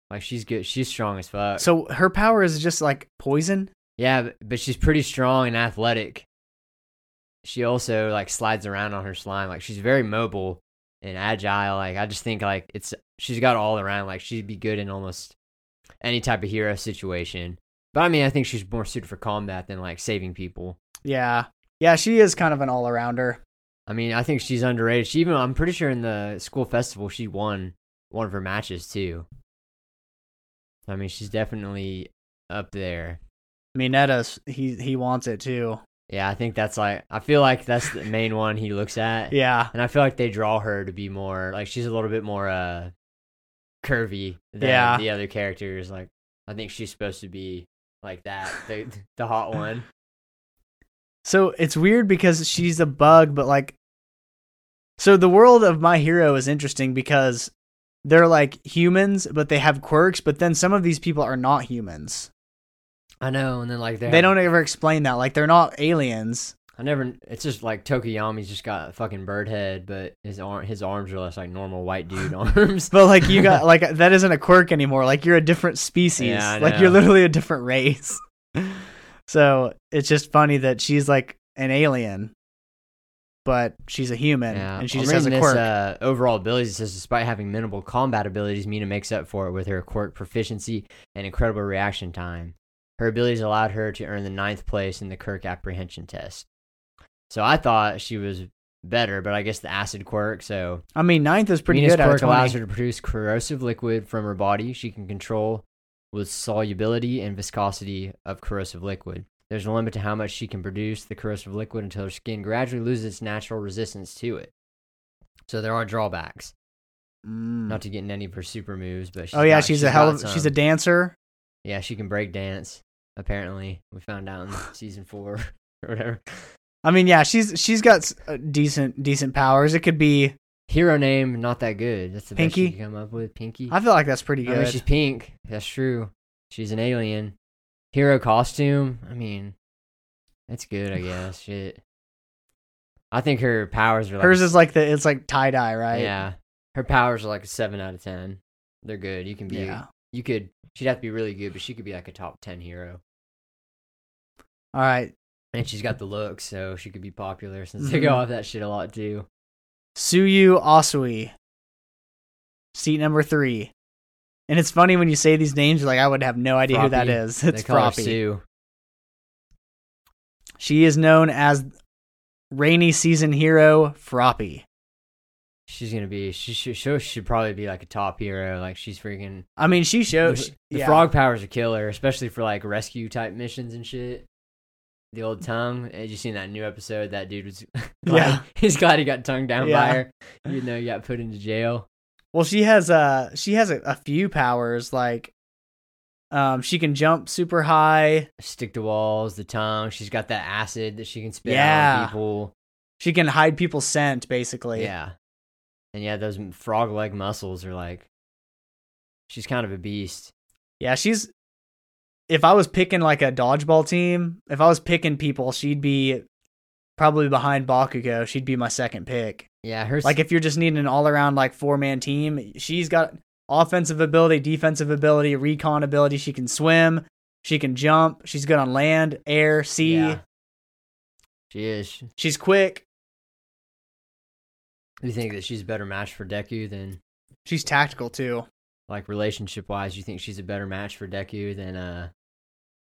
Speaker 2: Like she's good. She's strong as fuck.
Speaker 1: so her power is just like poison.
Speaker 2: Yeah, but, but she's pretty strong and athletic. She also like slides around on her slime. Like she's very mobile and agile. Like I just think like it's she's got all around. Like she'd be good in almost any type of hero situation. But I mean, I think she's more suited for combat than like saving people.
Speaker 1: Yeah, yeah. She is kind of an all arounder.
Speaker 2: I mean, I think she's underrated. She even I'm pretty sure in the school festival she won one of her matches too. I mean, she's definitely up there.
Speaker 1: Mineta's he he wants it too.
Speaker 2: Yeah, I think that's like I feel like that's the main one he looks at.
Speaker 1: Yeah.
Speaker 2: and I feel like they draw her to be more like she's a little bit more uh curvy than
Speaker 1: Yeah.
Speaker 2: the other characters. Like I think she's supposed to be like that, the the hot one.
Speaker 1: So it's weird because she's a bug, but like, so the world of My Hero is interesting because they're like humans, but they have quirks. But then some of these people are not humans.
Speaker 2: I know, and then like
Speaker 1: They don't ever explain that. Like they're not aliens.
Speaker 2: I never. It's just like Tokiyami's just got a fucking bird head, but his arm his arms are less like normal white dude arms.
Speaker 1: But like you got like that isn't a quirk anymore. Like you're a different species.
Speaker 2: Yeah, I
Speaker 1: like you're
Speaker 2: know.
Speaker 1: literally a different race. so it's just funny that she's like an alien, but she's a human
Speaker 2: Yeah,
Speaker 1: and she
Speaker 2: I'm
Speaker 1: just has a
Speaker 2: reading
Speaker 1: quirk.
Speaker 2: This, uh, overall abilities it says despite having minimal combat abilities, Mina makes up for it with her quirk proficiency and incredible reaction time. Her abilities allowed her to earn the ninth place in the Kirk apprehension test. So I thought she was better, but I guess the acid quirk. So
Speaker 1: I mean, ninth is pretty
Speaker 2: Mina's
Speaker 1: good. Out of
Speaker 2: quirk
Speaker 1: 20.
Speaker 2: allows her to produce corrosive liquid from her body. She can control with solubility and viscosity of corrosive liquid. There's a limit to how much she can produce the corrosive liquid until her skin gradually loses its natural resistance to it. So there are drawbacks.
Speaker 1: Mm.
Speaker 2: Not to get in any of her super moves, but she's
Speaker 1: oh yeah,
Speaker 2: got-
Speaker 1: she's, a hell
Speaker 2: got
Speaker 1: of she's a
Speaker 2: some.
Speaker 1: dancer.
Speaker 2: yeah. She can break dance. Apparently, we found out in season four or whatever.
Speaker 1: I mean, yeah, she's she's got s- uh, decent decent powers. It could be.
Speaker 2: Hero name not that good. That's the best
Speaker 1: Pinky?
Speaker 2: you can come up with. Pinky.
Speaker 1: I feel like that's pretty
Speaker 2: I
Speaker 1: good.
Speaker 2: mean, she's pink. That's true. She's an alien. Hero costume. I mean, that's good, I guess. Shit. I think her powers are like
Speaker 1: Hers is like the it's like tie dye, right?
Speaker 2: yeah. Her powers are like a seven out of ten. They're good. You can be.
Speaker 1: Yeah.
Speaker 2: You could. She'd have to be really good, but she could be like a top ten hero.
Speaker 1: All right,
Speaker 2: And she's got the look, so she could be popular since they go
Speaker 1: Mhm.
Speaker 2: off that shit a lot too.
Speaker 1: Suyu Asui. Seat number three. And it's funny when you say these names, you're like, I would have no idea who that
Speaker 2: Froppy.
Speaker 1: is. It's
Speaker 2: they call her
Speaker 1: Froppy.
Speaker 2: Sue.
Speaker 1: She is known as rainy season hero Froppy.
Speaker 2: She's gonna be. She should. She should probably be like a top hero. Like she's freaking.
Speaker 1: I mean, she shows
Speaker 2: the, the frog powers are killer, especially for like rescue type missions and shit. the old tongue. Had you seen that new episode? That dude was
Speaker 1: Yeah.
Speaker 2: yeah. He's glad he got tongued down
Speaker 1: Yeah.
Speaker 2: by her. You know, he got put into jail.
Speaker 1: Well, she has uh she has a, a few powers like um she can jump super high.
Speaker 2: Stick to walls, the tongue. She's got that acid that she can spit out
Speaker 1: Yeah.
Speaker 2: on people.
Speaker 1: She can hide people's scent basically.
Speaker 2: Yeah. And yeah, those frog leg muscles are like. She's kind of a beast.
Speaker 1: Yeah, she's if I was picking like a dodgeball team, if I was picking people, she'd be probably behind Bakugo. She'd be my second pick.
Speaker 2: Yeah, her
Speaker 1: Like if you're just needing an all-around like four-man team, she's got offensive ability, defensive ability, recon ability. She can swim, she can jump, she's good on land, air, sea.
Speaker 2: Yeah. She is.
Speaker 1: She's quick,
Speaker 2: You think that she's a better match for Deku than
Speaker 1: she's tactical too.
Speaker 2: like relationship wise? You think she's a better match for Deku than uh,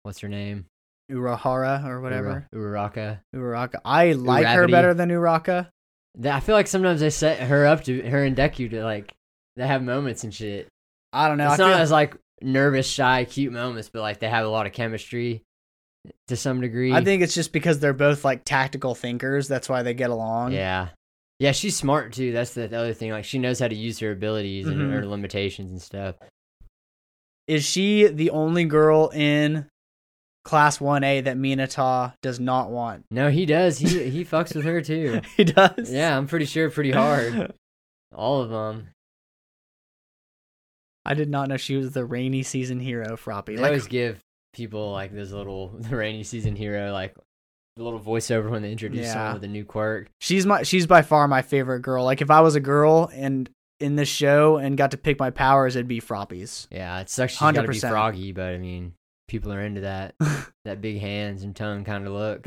Speaker 2: what's her name?
Speaker 1: Urahara or whatever.
Speaker 2: Ura- Uraraka.
Speaker 1: Uraka. I like her
Speaker 2: Uravity.
Speaker 1: better than Uraka.
Speaker 2: That- I feel like sometimes they set her up to her and Deku to like they have moments and shit.
Speaker 1: I don't know.
Speaker 2: it's
Speaker 1: I
Speaker 2: not
Speaker 1: feel-
Speaker 2: as like nervous, shy, cute moments, but like they have a lot of chemistry to some degree.
Speaker 1: I think it's just because they're both like tactical thinkers. That's why they get along.
Speaker 2: Yeah. Yeah, she's smart too. That's the the other thing. Like she knows how to use her abilities
Speaker 1: Mhm.
Speaker 2: and her limitations and stuff.
Speaker 1: Is she the only girl in class 1A that Minata does not want?
Speaker 2: No, he does. He he fucks with her too.
Speaker 1: he does.
Speaker 2: Yeah, I'm pretty sure pretty hard. All of them.
Speaker 1: I did not know she was the rainy season hero, Froppy.
Speaker 2: They
Speaker 1: Like,
Speaker 2: always give people like this little the rainy season hero like the little voiceover when they introduce
Speaker 1: Yeah.
Speaker 2: someone with a new quirk.
Speaker 1: she's my she's by far my favorite girl. Like if I was a girl and in this show and got to pick my powers, it'd be Froppy's.
Speaker 2: Yeah, it sucks. She's got to be
Speaker 1: 100%.
Speaker 2: froggy, but I mean, people are into that that big hands and tongue kind of look.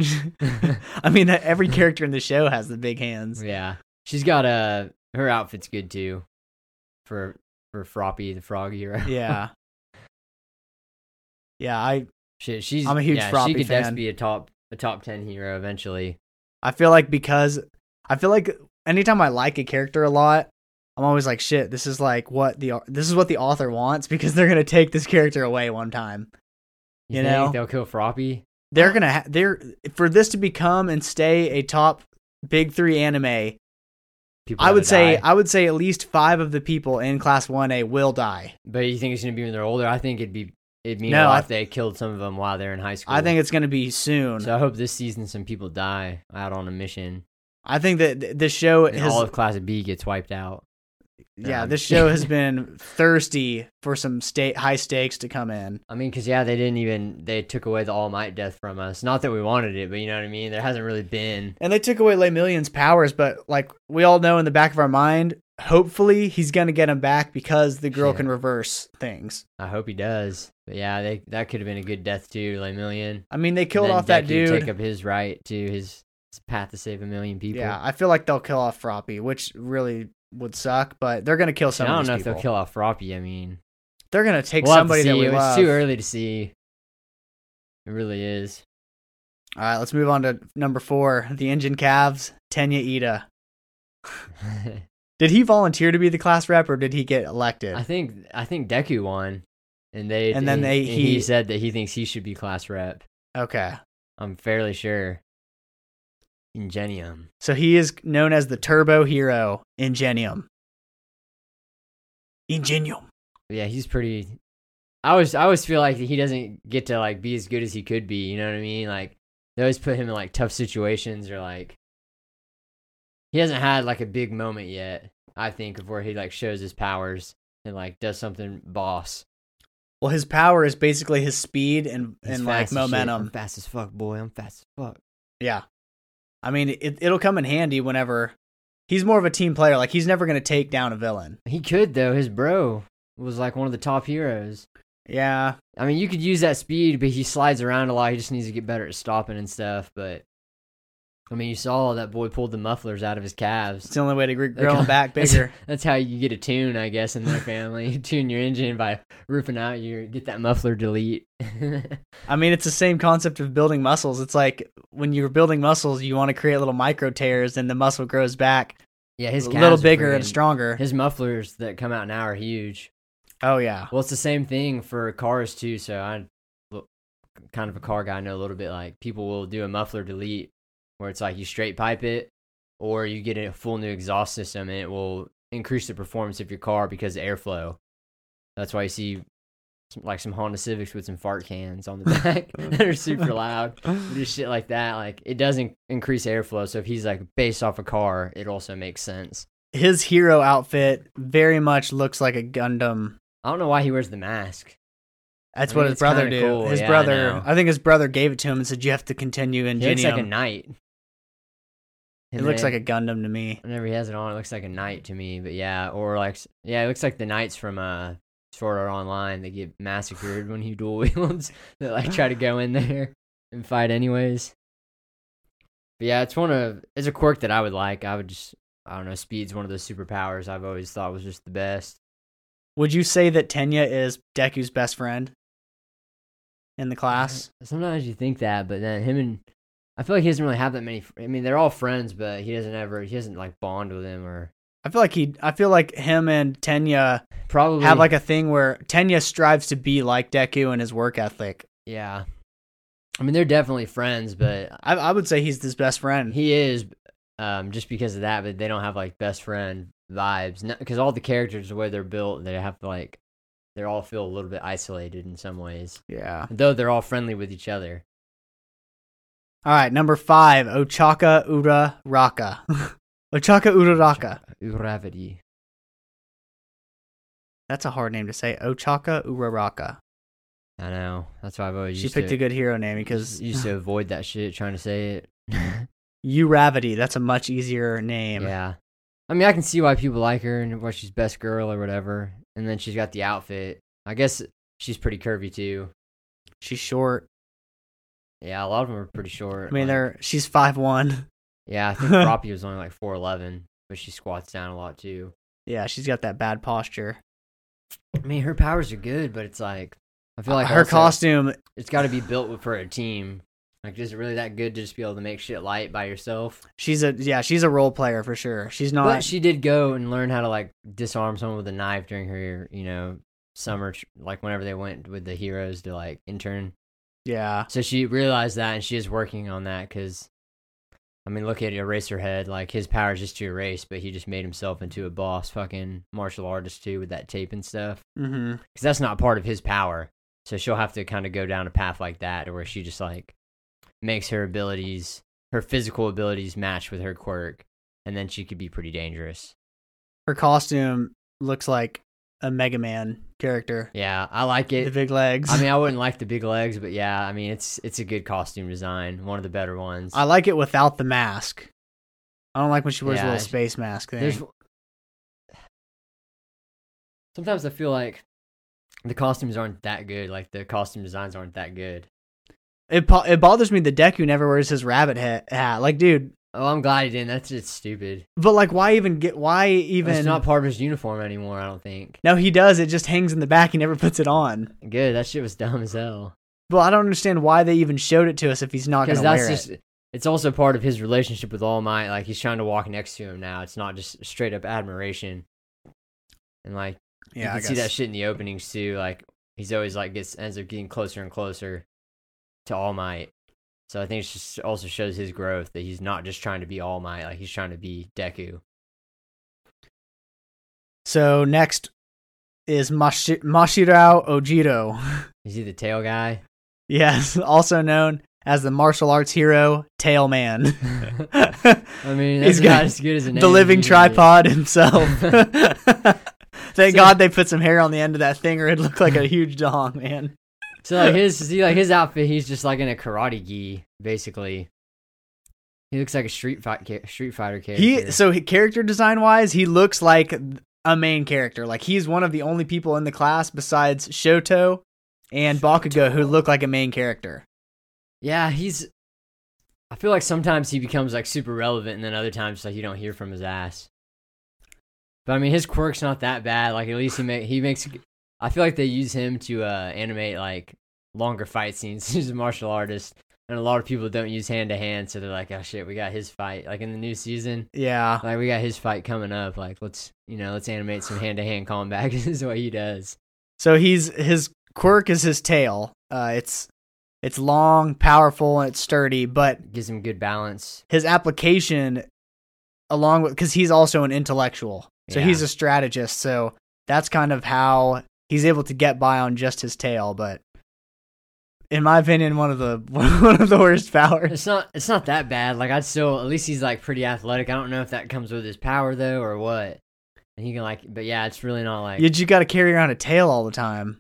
Speaker 1: I mean, every character in the show has the big hands.
Speaker 2: yeah, she's got a her outfit's good too for for Froppy the frog hero.
Speaker 1: yeah. Yeah, I
Speaker 2: Shit, she's
Speaker 1: I'm a huge
Speaker 2: yeah,
Speaker 1: Froppy
Speaker 2: She could
Speaker 1: fan.
Speaker 2: definitely be a top a top ten hero eventually.
Speaker 1: I feel like because I feel like anytime I like a character a lot, I'm always like shit, this is like what the au- this is what the author wants because they're going to take this character away one time.
Speaker 2: You,
Speaker 1: You
Speaker 2: think
Speaker 1: know?
Speaker 2: they'll kill Froppy?
Speaker 1: They're going to ha- they're for this to become and stay a top big 3 anime.
Speaker 2: People
Speaker 1: I
Speaker 2: gotta
Speaker 1: would say
Speaker 2: die.
Speaker 1: I would say at least 5 of the people in class 1A will die.
Speaker 2: but you think it's gonna be when they're older? I think it'd be it'd mean
Speaker 1: No,
Speaker 2: a lot
Speaker 1: I-
Speaker 2: if they killed some of them while they're in high school.
Speaker 1: I think it's going to be soon.
Speaker 2: so. I hope this season some people die out on a mission.
Speaker 1: I think that th- this show
Speaker 2: And
Speaker 1: has
Speaker 2: all of Class B gets wiped out.
Speaker 1: yeah,
Speaker 2: Um,
Speaker 1: this show has been thirsty for some state high stakes to come in.
Speaker 2: I mean, because yeah, they didn't even they took away the All Might death from us. Not that we wanted it, but you know what I mean. There hasn't really been.
Speaker 1: And they took away Lay Million's powers, but like we all know in the back of our mind, hopefully he's gonna get him back because the girl
Speaker 2: Yeah.
Speaker 1: can reverse things.
Speaker 2: I hope he does. But yeah, they, that could have been a good death too, like million.
Speaker 1: I mean, they killed
Speaker 2: And then
Speaker 1: off that
Speaker 2: Deku
Speaker 1: dude.
Speaker 2: Take up his right to his, his path to save a million people.
Speaker 1: yeah, I feel like they'll kill off Froppy, which really would suck. But they're gonna kill
Speaker 2: And
Speaker 1: some.
Speaker 2: I
Speaker 1: of
Speaker 2: don't
Speaker 1: these
Speaker 2: know if
Speaker 1: people.
Speaker 2: they'll kill off Froppy. I mean,
Speaker 1: They're gonna take
Speaker 2: we'll have to
Speaker 1: somebody that
Speaker 2: see.
Speaker 1: we
Speaker 2: It's
Speaker 1: love.
Speaker 2: too early to see. It really is.
Speaker 1: All right, let's move on to number four: the Engine Calves, Tenya Ida. Did he volunteer to be the class rep, or did he get elected?
Speaker 2: I think I think Deku won, and they
Speaker 1: And then they-
Speaker 2: he,
Speaker 1: he-
Speaker 2: said that he thinks he should be class rep.
Speaker 1: okay,
Speaker 2: I'm fairly sure. Ingenium.
Speaker 1: so he is known as the Turbo Hero Ingenium. Ingenium.
Speaker 2: Yeah, he's pretty. I always I always feel like he doesn't get to like be as good as he could be. You know what I mean? Like they always put him in like tough situations or like he hasn't had like a big moment yet. I think of where he like shows his powers and like does something boss
Speaker 1: Well, his power is basically his speed and and
Speaker 2: He's fast
Speaker 1: like
Speaker 2: as shit.
Speaker 1: momentum.
Speaker 2: I'm fast as fuck, boy. I'm fast as fuck.
Speaker 1: Yeah, I mean it, it'll come in handy whenever he's more of a team player. Like he's never going to take down a villain.
Speaker 2: He could though. His bro was like one of the top heroes.
Speaker 1: Yeah,
Speaker 2: I mean, you could use that speed, but he slides around a lot. He just needs to get better at stopping and stuff. But I mean, you saw that boy pulled the mufflers out of his
Speaker 1: it's
Speaker 2: calves.
Speaker 1: the only way to gr- grow
Speaker 2: Okay.
Speaker 1: him back bigger.
Speaker 2: That's how you get a tune, I guess, in their family. You tune your engine by roofing out your get that muffler delete.
Speaker 1: I mean, it's the same concept of building muscles. It's like when you're building muscles, you want to create little micro tears, and the muscle grows back
Speaker 2: yeah, his
Speaker 1: a
Speaker 2: calves
Speaker 1: little
Speaker 2: are
Speaker 1: bigger and
Speaker 2: friggin-
Speaker 1: stronger.
Speaker 2: His mufflers that come out now are huge.
Speaker 1: oh yeah,
Speaker 2: Well, it's the same thing for cars too. So I kind of a car guy know a little bit. Like people will do a muffler delete where it's like you straight pipe it, or you get a full new exhaust system and it will increase the performance of your car because of airflow. That's why you see some, like some Honda Civics with some fart cans on the back that are super loud, just shit like that. Like it doesn't increase airflow. So if he's like based off a car, it also makes sense.
Speaker 1: His hero outfit very much looks like a Gundam.
Speaker 2: I don't know why he wears the mask.
Speaker 1: That's
Speaker 2: I
Speaker 1: what
Speaker 2: mean,
Speaker 1: his
Speaker 2: it's
Speaker 1: brother
Speaker 2: kinda
Speaker 1: did.
Speaker 2: cool.
Speaker 1: His
Speaker 2: Yeah, I
Speaker 1: brother,
Speaker 2: know.
Speaker 1: I, think his brother gave it to him and said, "You have to continue in
Speaker 2: He looks like a
Speaker 1: Genium."
Speaker 2: knight.
Speaker 1: it looks like a Gundam to me.
Speaker 2: whenever he has it on, it looks like a knight to me. But yeah, or like s- yeah, it looks like the knights from uh Sword Art Online. They get massacred when he dual wields. that like try to go in there and fight anyways. But yeah, it's one of it's a quirk that I would like. I would just I don't know. Speed's one of those superpowers I've always thought was just the best.
Speaker 1: Would you say that Tenya is Deku's best friend in the
Speaker 2: Mm-hmm.
Speaker 1: class?
Speaker 2: Sometimes you think that, but then him and I feel like he doesn't really have that many. fr- I mean, they're all friends, but he doesn't ever he doesn't like bond with them or
Speaker 1: I feel like he. I feel like him and Tenya
Speaker 2: probably
Speaker 1: have like a thing where Tenya strives to be like Deku in his work ethic.
Speaker 2: yeah. I mean, they're definitely friends, but
Speaker 1: I, I would say he's his best friend.
Speaker 2: He is, um, just because of that. But they don't have like best friend vibes because all the characters, the way they're built, they have like they all feel a little bit isolated in some ways.
Speaker 1: yeah.
Speaker 2: Though they're all friendly with each other.
Speaker 1: All right, number five, Ochaka Ura Raka. Ochaka Ura Raka.
Speaker 2: Gravity.
Speaker 1: That's a hard name to say. Ochaka Ura Raka.
Speaker 2: I know. That's why I've always
Speaker 1: She
Speaker 2: used
Speaker 1: picked
Speaker 2: to,
Speaker 1: a good hero name because
Speaker 2: used to avoid that shit trying to say it.
Speaker 1: Uravity. That's a much easier name.
Speaker 2: Yeah. I mean, I can see why people like her and why she's best girl or whatever. And then she's got the outfit. I guess she's pretty curvy too.
Speaker 1: She's short.
Speaker 2: Yeah, a lot of them are pretty short.
Speaker 1: I mean,
Speaker 2: like-
Speaker 1: they're she's five one.
Speaker 2: Yeah, I think Roppy was only like four eleven, but she squats down a lot too.
Speaker 1: Yeah, she's got that bad posture.
Speaker 2: I mean, her powers are good, but it's like I feel like
Speaker 1: Uh, her
Speaker 2: also
Speaker 1: costume.
Speaker 2: It's got to be built with- for a team. Like, is it really that good to just be able to make shit light by yourself?
Speaker 1: She's a yeah. She's a role player for sure. She's not.
Speaker 2: But she did go and learn how to like disarm someone with a knife during her, you know, summer, tr- like whenever they went with the heroes to like intern.
Speaker 1: yeah.
Speaker 2: So she realized that, and she is working on that because, I mean, look at Eraserhead. Like his power is just to erase, but he just made himself into a boss, fucking martial artist too, with that tape and stuff.
Speaker 1: Mm-hmm.
Speaker 2: Because that's not part of his power. So she'll have to kind of go down a path like that, where she just like makes her abilities, her physical abilities, match with her quirk, and then she could be pretty dangerous.
Speaker 1: Her costume looks like a Mega Man character.
Speaker 2: Yeah, I like
Speaker 1: The
Speaker 2: it.
Speaker 1: big legs.
Speaker 2: I mean, I wouldn't like the big legs, but yeah, I mean, it's it's a good costume design, one of the better ones.
Speaker 1: I like it without the mask. I don't like when she wears
Speaker 2: Yeah,
Speaker 1: a little
Speaker 2: it's-
Speaker 1: space mask thing.
Speaker 2: There's sometimes I feel like the costumes aren't that good. Like the costume designs aren't that good.
Speaker 1: It po- it bothers me the Deku never wears his rabbit hat. hat. Like, dude,
Speaker 2: Oh, I'm glad he didn't. That's just stupid.
Speaker 1: but like, why even get? Why even?
Speaker 2: it's not part of his uniform anymore. I don't think.
Speaker 1: no, he does. It just hangs in the back. He never puts it on.
Speaker 2: Good. That shit was dumb as hell.
Speaker 1: But I don't understand why they even showed it to us if he's not
Speaker 2: Because
Speaker 1: gonna
Speaker 2: that's
Speaker 1: wear
Speaker 2: just.
Speaker 1: it.
Speaker 2: It's also part of his relationship with All Might. Like he's trying to walk next to him now. It's not just straight up admiration. And like
Speaker 1: Yeah,
Speaker 2: you
Speaker 1: I
Speaker 2: can see that
Speaker 1: guess.
Speaker 2: shit in the openings too. Like he's always like gets ends up getting closer and closer to All Might. So I think it just also shows his growth that he's not just trying to be All Might, like he's trying to be Deku.
Speaker 1: So next is Mashi- Mashirao Ojiro.
Speaker 2: Is he the tail guy?
Speaker 1: Yes, also known as the martial arts hero Tail Man.
Speaker 2: I
Speaker 1: the
Speaker 2: mean,
Speaker 1: He's
Speaker 2: that's not
Speaker 1: got
Speaker 2: as good as a name.
Speaker 1: living
Speaker 2: usually.
Speaker 1: tripod himself. Thank
Speaker 2: So-
Speaker 1: God they put some hair on the end of that thing, or it'd look like a huge dong, man.
Speaker 2: So like his, see, like his outfit, he's just like in a karate gi, basically. He looks like a street fight, ca- street fighter character.
Speaker 1: He so he, character design wise, he looks like a main character. Like he's one of the only people in the class besides Shoto and Bakugo who look like a main character.
Speaker 2: Yeah, he's. I feel like sometimes he becomes like super relevant, and then other times like you don't hear from his ass. But I mean, his quirk's not that bad. Like at least he make he makes. I feel like they use him to uh, animate like longer fight scenes. He's a martial artist, and a lot of people don't use hand to hand, so they're like, "Oh shit, we got his fight!" Like in the new season,
Speaker 1: Yeah,
Speaker 2: like we got his fight coming up. Like let's you know let's animate some hand to hand combat. 'cause this is what he does.
Speaker 1: So he's his quirk is his tail. Uh, it's It's long, powerful, and it's sturdy, but
Speaker 2: Gives him good balance.
Speaker 1: his application along with because he's also an intellectual so
Speaker 2: Yeah.
Speaker 1: he's a strategist so that's kind of how he's able to get by on just his tail but in my opinion one of the one of the worst powers
Speaker 2: It's not it's not that bad. Like I'd still at least he's like pretty athletic. I don't know if that comes with his power though or what. And he can like but yeah, it's really not like
Speaker 1: you just got to carry around a tail all the time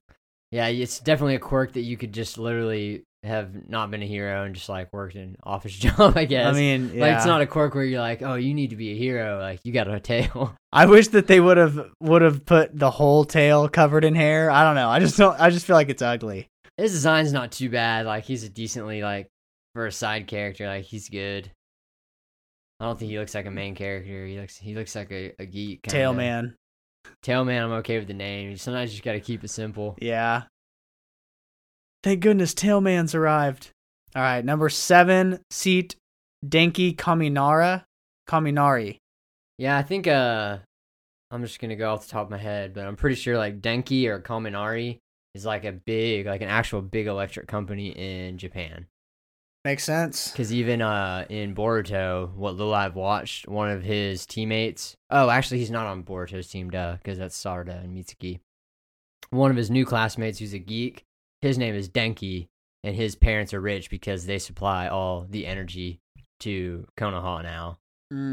Speaker 2: Yeah, it's definitely a quirk that you could just literally have not been a hero and just like worked an office job, I guess.
Speaker 1: i mean
Speaker 2: like
Speaker 1: yeah.
Speaker 2: it's not a quirk where you're like, oh, you need to be a hero. Like you got a tail.
Speaker 1: i wish that they would have would have put the whole tail covered in hair i don't know i just don't i just feel like it's ugly
Speaker 2: His design's not too bad. Like he's a decently like for a side character. Like he's good. I don't think he looks like a main character. He looks he looks like a, a geek. kinda.
Speaker 1: tail man
Speaker 2: Tail man. I'm okay with the name. Sometimes you just gotta keep it simple.
Speaker 1: Yeah. Thank goodness Tailman's arrived. All right, number seven seat Denki Kaminara. Kaminari.
Speaker 2: Yeah, I think uh, I'm just gonna go off the top of my head, but I'm pretty sure like Denki or Kaminari is like a big like an actual big electric company in Japan.
Speaker 1: Makes sense.
Speaker 2: Because even uh, in Boruto, what little I've watched, one of his teammates. Oh, actually, he's not on Boruto's team, duh, because that's Sarda and Mitsuki. One of his new classmates who's a geek, his name is Denki, and his parents are rich because they supply all the energy to Konoha now.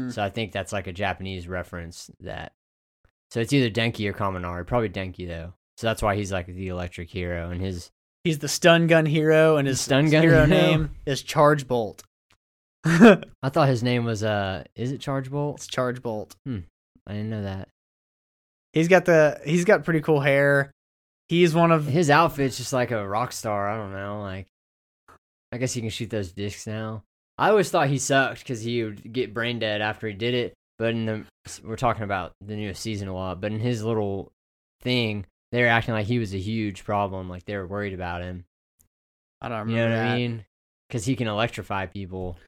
Speaker 2: So I think that's like a Japanese reference that. So it's either Denki or Kaminari, probably Denki though. So that's why he's like the electric hero, and his
Speaker 1: He's the stun gun hero, and his
Speaker 2: stun gun
Speaker 1: hero
Speaker 2: hero?
Speaker 1: name is Charge Bolt. it's
Speaker 2: I thought his name was uh, is it Charge Bolt?
Speaker 1: Charge Bolt.
Speaker 2: I didn't know that.
Speaker 1: He's got the he's got pretty cool hair. He's one of
Speaker 2: His outfit's just like a rock star. I don't know. Like, I guess he can shoot those discs now. I always thought he sucked because he would get brain dead after he did it. But in the we're talking about the newest season a lot. But in his little thing, they were acting like he was a huge problem. Like they were worried about him.
Speaker 1: I don't remember.
Speaker 2: You know what
Speaker 1: that.
Speaker 2: I mean? Because he can electrify people.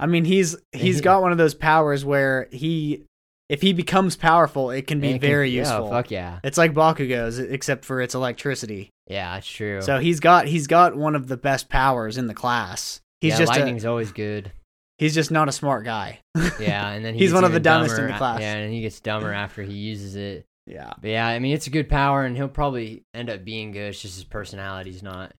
Speaker 1: I mean, he's he's
Speaker 2: he-
Speaker 1: got one of those powers where he if he becomes powerful, it can be
Speaker 2: And it can-
Speaker 1: very
Speaker 2: yeah,
Speaker 1: useful.
Speaker 2: fuck yeah,
Speaker 1: It's like Bakugo's, except for it's electricity.
Speaker 2: yeah, that's true.
Speaker 1: So he's got he's got one of the best powers in the class. He's
Speaker 2: yeah,
Speaker 1: just a,
Speaker 2: lightning's always good.
Speaker 1: he's just not a smart guy.
Speaker 2: Yeah, and then he
Speaker 1: He's
Speaker 2: gets
Speaker 1: one of
Speaker 2: even
Speaker 1: the dumbest in
Speaker 2: dumber
Speaker 1: the
Speaker 2: a-
Speaker 1: class.
Speaker 2: Yeah, and he gets dumber after he uses it.
Speaker 1: yeah.
Speaker 2: But yeah, I mean it's a good power, and he'll probably end up being good. It's just his personality's not.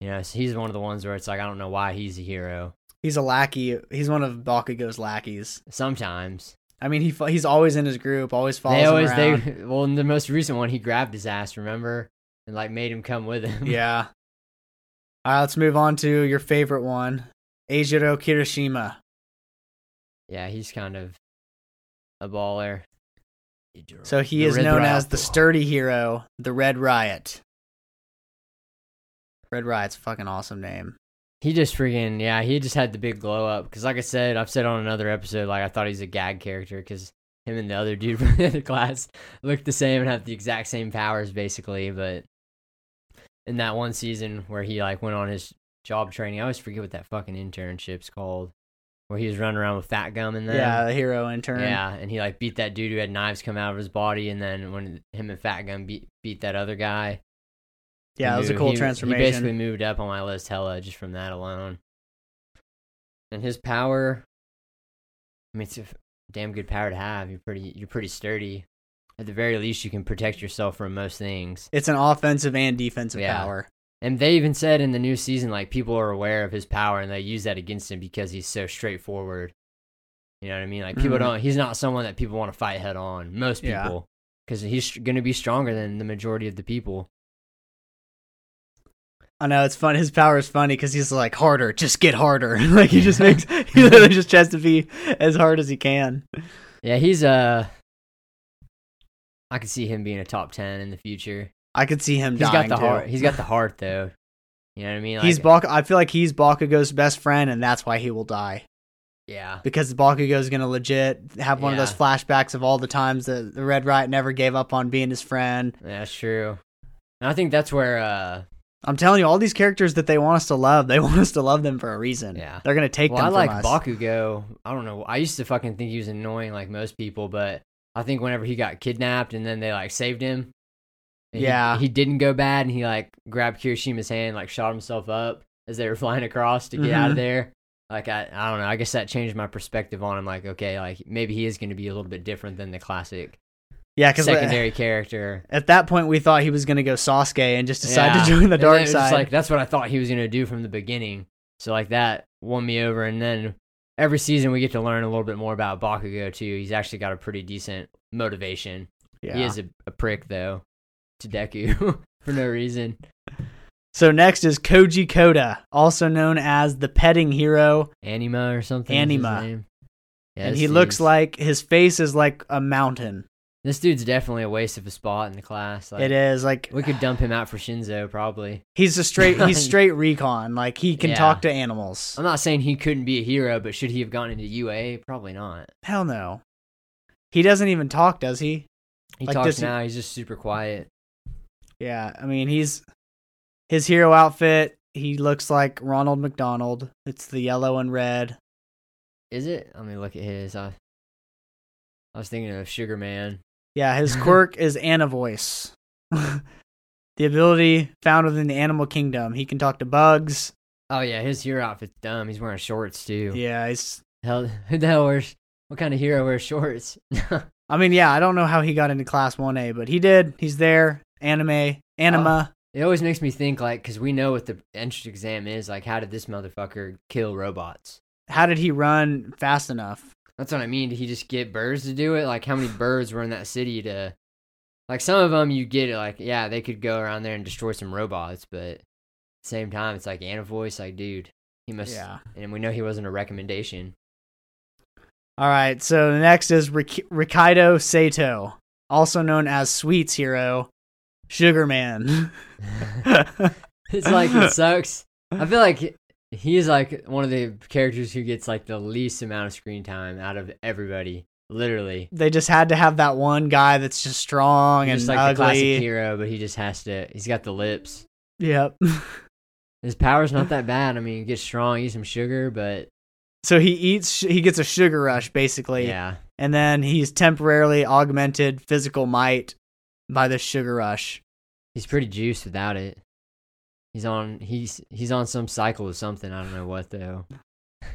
Speaker 2: You know, so he's one of the ones where it's like I don't know why he's a hero.
Speaker 1: He's a lackey. He's one of Bakugo's lackeys.
Speaker 2: Sometimes
Speaker 1: I mean, he fo- he's always in his group, always follows
Speaker 2: they always
Speaker 1: him around.
Speaker 2: they well in the most recent one he grabbed his ass, remember, and like made him come with him.
Speaker 1: yeah. All right, let's move on to your favorite one, Eijiro Kirishima.
Speaker 2: yeah, he's kind of a baller.
Speaker 1: So he
Speaker 2: The
Speaker 1: is
Speaker 2: Red
Speaker 1: known
Speaker 2: Riot.
Speaker 1: as the sturdy hero, the Red Riot. Red Riot's a fucking awesome name.
Speaker 2: He just freaking yeah, he just had the big glow up because like I said, I've said on another episode, like I thought he's a gag character because him and the other dude from the other class looked the same and have the exact same powers basically. But in that one season where he like went on his job training, I always forget what that fucking internship's called, where he was running around with fat gum and then
Speaker 1: Yeah, the hero intern.
Speaker 2: yeah, and he like beat that dude who had knives come out of his body, and then when him and Fat Gun beat beat that other guy,
Speaker 1: yeah, it was a
Speaker 2: moved-
Speaker 1: cool
Speaker 2: he-
Speaker 1: transformation.
Speaker 2: He basically moved up on my list hella just from that alone. And his power, I mean, it's a f- damn good power to have. You're pretty, you're pretty sturdy. At the very least, you can protect yourself from most things.
Speaker 1: It's an offensive and defensive
Speaker 2: Yeah.
Speaker 1: power.
Speaker 2: And they even said in the new season, like people are aware of his power and they use that against him because he's so straightforward. You know what I mean? Like people
Speaker 1: Mhm.
Speaker 2: don't. He's not someone that people want to fight head on. Most
Speaker 1: Yeah.
Speaker 2: people, because he's going to be stronger than the majority of the people.
Speaker 1: I know it's fun. His power is funny because he's like harder, just get harder. like he just makes he literally just tries to be as hard as he can.
Speaker 2: Yeah, he's uh I could see him being a top ten in the future.
Speaker 1: I could see him
Speaker 2: He's got
Speaker 1: dying.
Speaker 2: the
Speaker 1: too.
Speaker 2: heart. He's got the heart though. You know what I mean?
Speaker 1: he's
Speaker 2: Like,
Speaker 1: Bak- I feel like he's Bakugo's best friend, and that's why he will die
Speaker 2: yeah.
Speaker 1: because Bakugo's gonna legit have one of those
Speaker 2: Yeah.
Speaker 1: flashbacks of all the times that the Red Riot never gave up on being his friend.
Speaker 2: That's true. And I think that's where uh
Speaker 1: I'm telling you, all these characters that they want us to love, they want us to love them for a reason.
Speaker 2: Yeah.
Speaker 1: they're gonna take
Speaker 2: well I
Speaker 1: them
Speaker 2: like
Speaker 1: from us.
Speaker 2: Bakugo. I don't know. I used to fucking think he was annoying like most people, but I think whenever he got kidnapped and then they like saved him, And he-
Speaker 1: Yeah.
Speaker 2: he, didn't go bad, and he like grabbed Kirishima's hand, like shot himself up as they were flying across to get out
Speaker 1: Mm-hmm.
Speaker 2: of there. Like I, I don't know. I guess that changed my perspective on him. Like, okay, like maybe he is going to be a little bit different than the classic
Speaker 1: Yeah, uh, because
Speaker 2: secondary character.
Speaker 1: at that point we thought he was going to go Sasuke and just decide
Speaker 2: Yeah.
Speaker 1: to join the
Speaker 2: And
Speaker 1: dark
Speaker 2: then it was just
Speaker 1: side.
Speaker 2: like that's what I thought he was gonna do from the beginning. So like that won me over, and then every season we get to learn a little bit more about Bakugo too. He's actually got a pretty decent motivation.
Speaker 1: yeah.
Speaker 2: He is a, a prick though to Deku for no reason.
Speaker 1: So next is Koji Koda, also known as the petting hero,
Speaker 2: Anima or something. is his
Speaker 1: Anima.
Speaker 2: name. Yeah,
Speaker 1: and
Speaker 2: this
Speaker 1: he looks
Speaker 2: dude's-
Speaker 1: like his face is like a mountain.
Speaker 2: this dude's definitely a waste of a spot in the class. Like,
Speaker 1: it is like
Speaker 2: We could dump him out for Shinzo probably.
Speaker 1: he's a straight he's straight recon, like he can
Speaker 2: Yeah.
Speaker 1: talk to animals.
Speaker 2: I'm not saying he couldn't be a hero, but should he have gotten into UA? Probably not.
Speaker 1: Hell no. He doesn't even talk, does he?
Speaker 2: He
Speaker 1: Like, does
Speaker 2: talks
Speaker 1: he-
Speaker 2: now. He's just super quiet.
Speaker 1: Yeah, I mean he's his hero outfit. He looks like Ronald McDonald. It's the yellow and red.
Speaker 2: Is it? Let me look at his. I, I was thinking of Sugar Man.
Speaker 1: Yeah, his quirk is Anna voice. the ability found within the animal kingdom. He can talk to bugs.
Speaker 2: Oh yeah, his hero outfit's dumb. He's wearing shorts too.
Speaker 1: Yeah, he's
Speaker 2: Hell, who the hell wears? What kind of hero wears shorts?
Speaker 1: I mean, yeah, I don't know how he got into class 1A, but he did. He's there. Anime, anima.
Speaker 2: it always makes me think like, cause we know what the entrance exam is. Like, how did this motherfucker kill robots?
Speaker 1: How did he run fast enough?
Speaker 2: That's what I mean. Did he just get birds to do it? Like, how many birds were in that city to? Like, some of them you get it. Like, yeah, they could go around there and destroy some robots, but at the same time, it's like Anna voice. Like, dude, he must.
Speaker 1: Yeah.
Speaker 2: And we know he wasn't a recommendation.
Speaker 1: All right, so the next is Rik- Rikido Sato, also known as Sweets Hero, Sugar Man.
Speaker 2: it's like it sucks. I feel like he's like one of the characters who gets like the least amount of screen time out of everybody. Literally,
Speaker 1: they just had to have that one guy that's just strong
Speaker 2: he's
Speaker 1: and
Speaker 2: just like the classic
Speaker 1: ugly.
Speaker 2: hero, but he just has to. He's got the lips.
Speaker 1: Yep.
Speaker 2: His power's not that bad. I mean, he gets strong, eat some sugar, but
Speaker 1: so he eats. sh- He gets a sugar rush basically,
Speaker 2: yeah,
Speaker 1: and then he's temporarily augmented physical might by the sugar rush.
Speaker 2: he's pretty juiced without it. He's on. He's he's on some cycle of something. I don't know what though.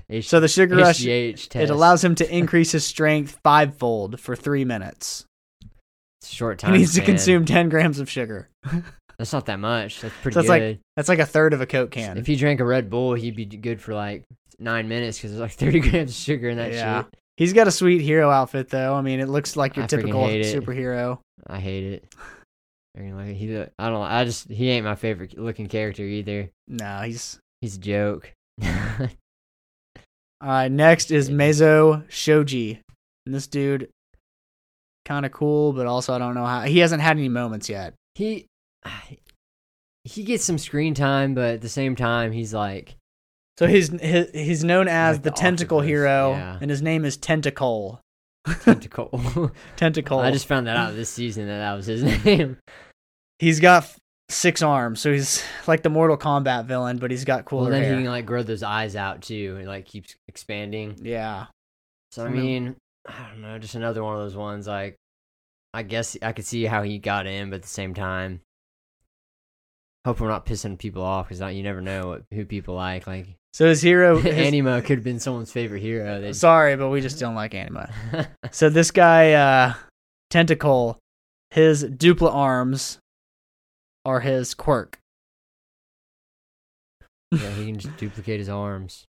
Speaker 2: H-
Speaker 1: So the sugar rush
Speaker 2: HGH test.
Speaker 1: it allows him to increase his strength fivefold for three minutes.
Speaker 2: It's a short
Speaker 1: He
Speaker 2: time.
Speaker 1: needs to
Speaker 2: span.
Speaker 1: consume ten grams of sugar.
Speaker 2: That's not that much. That's pretty
Speaker 1: So it's
Speaker 2: good.
Speaker 1: like That's like a third of a Coke can.
Speaker 2: If he drank a Red Bull, he'd be good for like nine minutes because there's like 30 grams of sugar in that
Speaker 1: Yeah.
Speaker 2: shit.
Speaker 1: He's got a sweet hero outfit though. I mean, it looks like your
Speaker 2: I freaking
Speaker 1: typical
Speaker 2: hate it.
Speaker 1: superhero.
Speaker 2: I hate it. I mean, like, he, uh, I don't. I just he ain't my favorite looking character either.
Speaker 1: No, he's
Speaker 2: He's a joke.
Speaker 1: all right. Next is
Speaker 2: Yeah.
Speaker 1: Mezo Shoji, and this dude, kind of cool, but also I don't know how he hasn't had any moments yet.
Speaker 2: he he gets some screen time, but at the same time, he's like
Speaker 1: So he's he- he's known as
Speaker 2: Like
Speaker 1: the,
Speaker 2: the
Speaker 1: Tentacle
Speaker 2: octopus,
Speaker 1: Hero,
Speaker 2: yeah.
Speaker 1: and his name is Tentacle.
Speaker 2: tentacle.
Speaker 1: Tentacle.
Speaker 2: I just found that out this season that that was his name.
Speaker 1: he's got f- six arms, so he's like the Mortal Kombat villain, but he's got
Speaker 2: Well,
Speaker 1: cooler
Speaker 2: then
Speaker 1: hair.
Speaker 2: he can like grow those eyes out too, and like keeps expanding.
Speaker 1: Yeah.
Speaker 2: So I
Speaker 1: I mean-
Speaker 2: mean, I don't know, just another one of those ones. Like, I guess I could see how he got in, but at the same time, hope we're not pissing people off because you never know what, who people like. Like,
Speaker 1: So his hero. his-
Speaker 2: Anima could have been someone's favorite hero. They just,
Speaker 1: Sorry, but we just don't like anime. So this guy, uh, Tentacle, his dupla arms are his quirk.
Speaker 2: yeah, he can just duplicate his arms.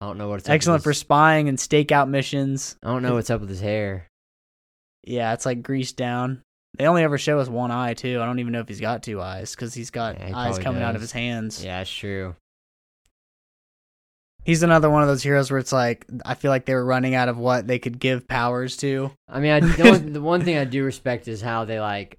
Speaker 2: I don't know what it's
Speaker 1: Excellent
Speaker 2: up
Speaker 1: for
Speaker 2: with his,
Speaker 1: spying and stakeout missions.
Speaker 2: I don't know what's up with his hair.
Speaker 1: Yeah, it's like greased down. They only ever show us one eye too. I don't even know if he's got two eyes because he's got
Speaker 2: Yeah, he
Speaker 1: eyes
Speaker 2: probably
Speaker 1: coming out of
Speaker 2: does.
Speaker 1: his hands.
Speaker 2: Yeah, it's true.
Speaker 1: He's another one of those heroes where it's like I feel like they were running out of what they could give powers to.
Speaker 2: I mean, I, the, one, the one thing I do respect is how they like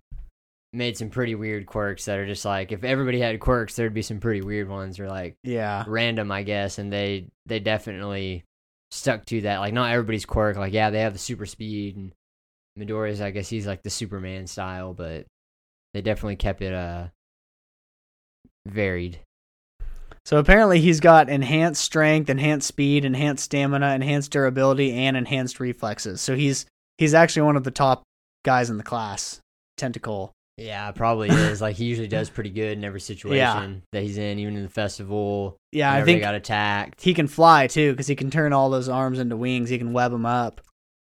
Speaker 2: made some pretty weird quirks that are just like if everybody had quirks, there'd be some pretty weird ones. Or like
Speaker 1: Yeah,
Speaker 2: random, I guess, and they they definitely stuck to that. Like not everybody's quirk. Like yeah, they have the super speed and Midori's. I guess he's like the Superman style, but they definitely kept it uh varied.
Speaker 1: So apparently he's got enhanced strength, enhanced speed, enhanced stamina, enhanced durability, and enhanced reflexes. So he's he's actually one of the top guys in the class. Tentacle.
Speaker 2: Yeah, probably is. Like he usually does pretty good in every situation that he's in, even in the festival.
Speaker 1: Yeah, I
Speaker 2: whenever
Speaker 1: think
Speaker 2: they got attacked.
Speaker 1: he can fly too because he can turn all those arms into wings. He can web them up.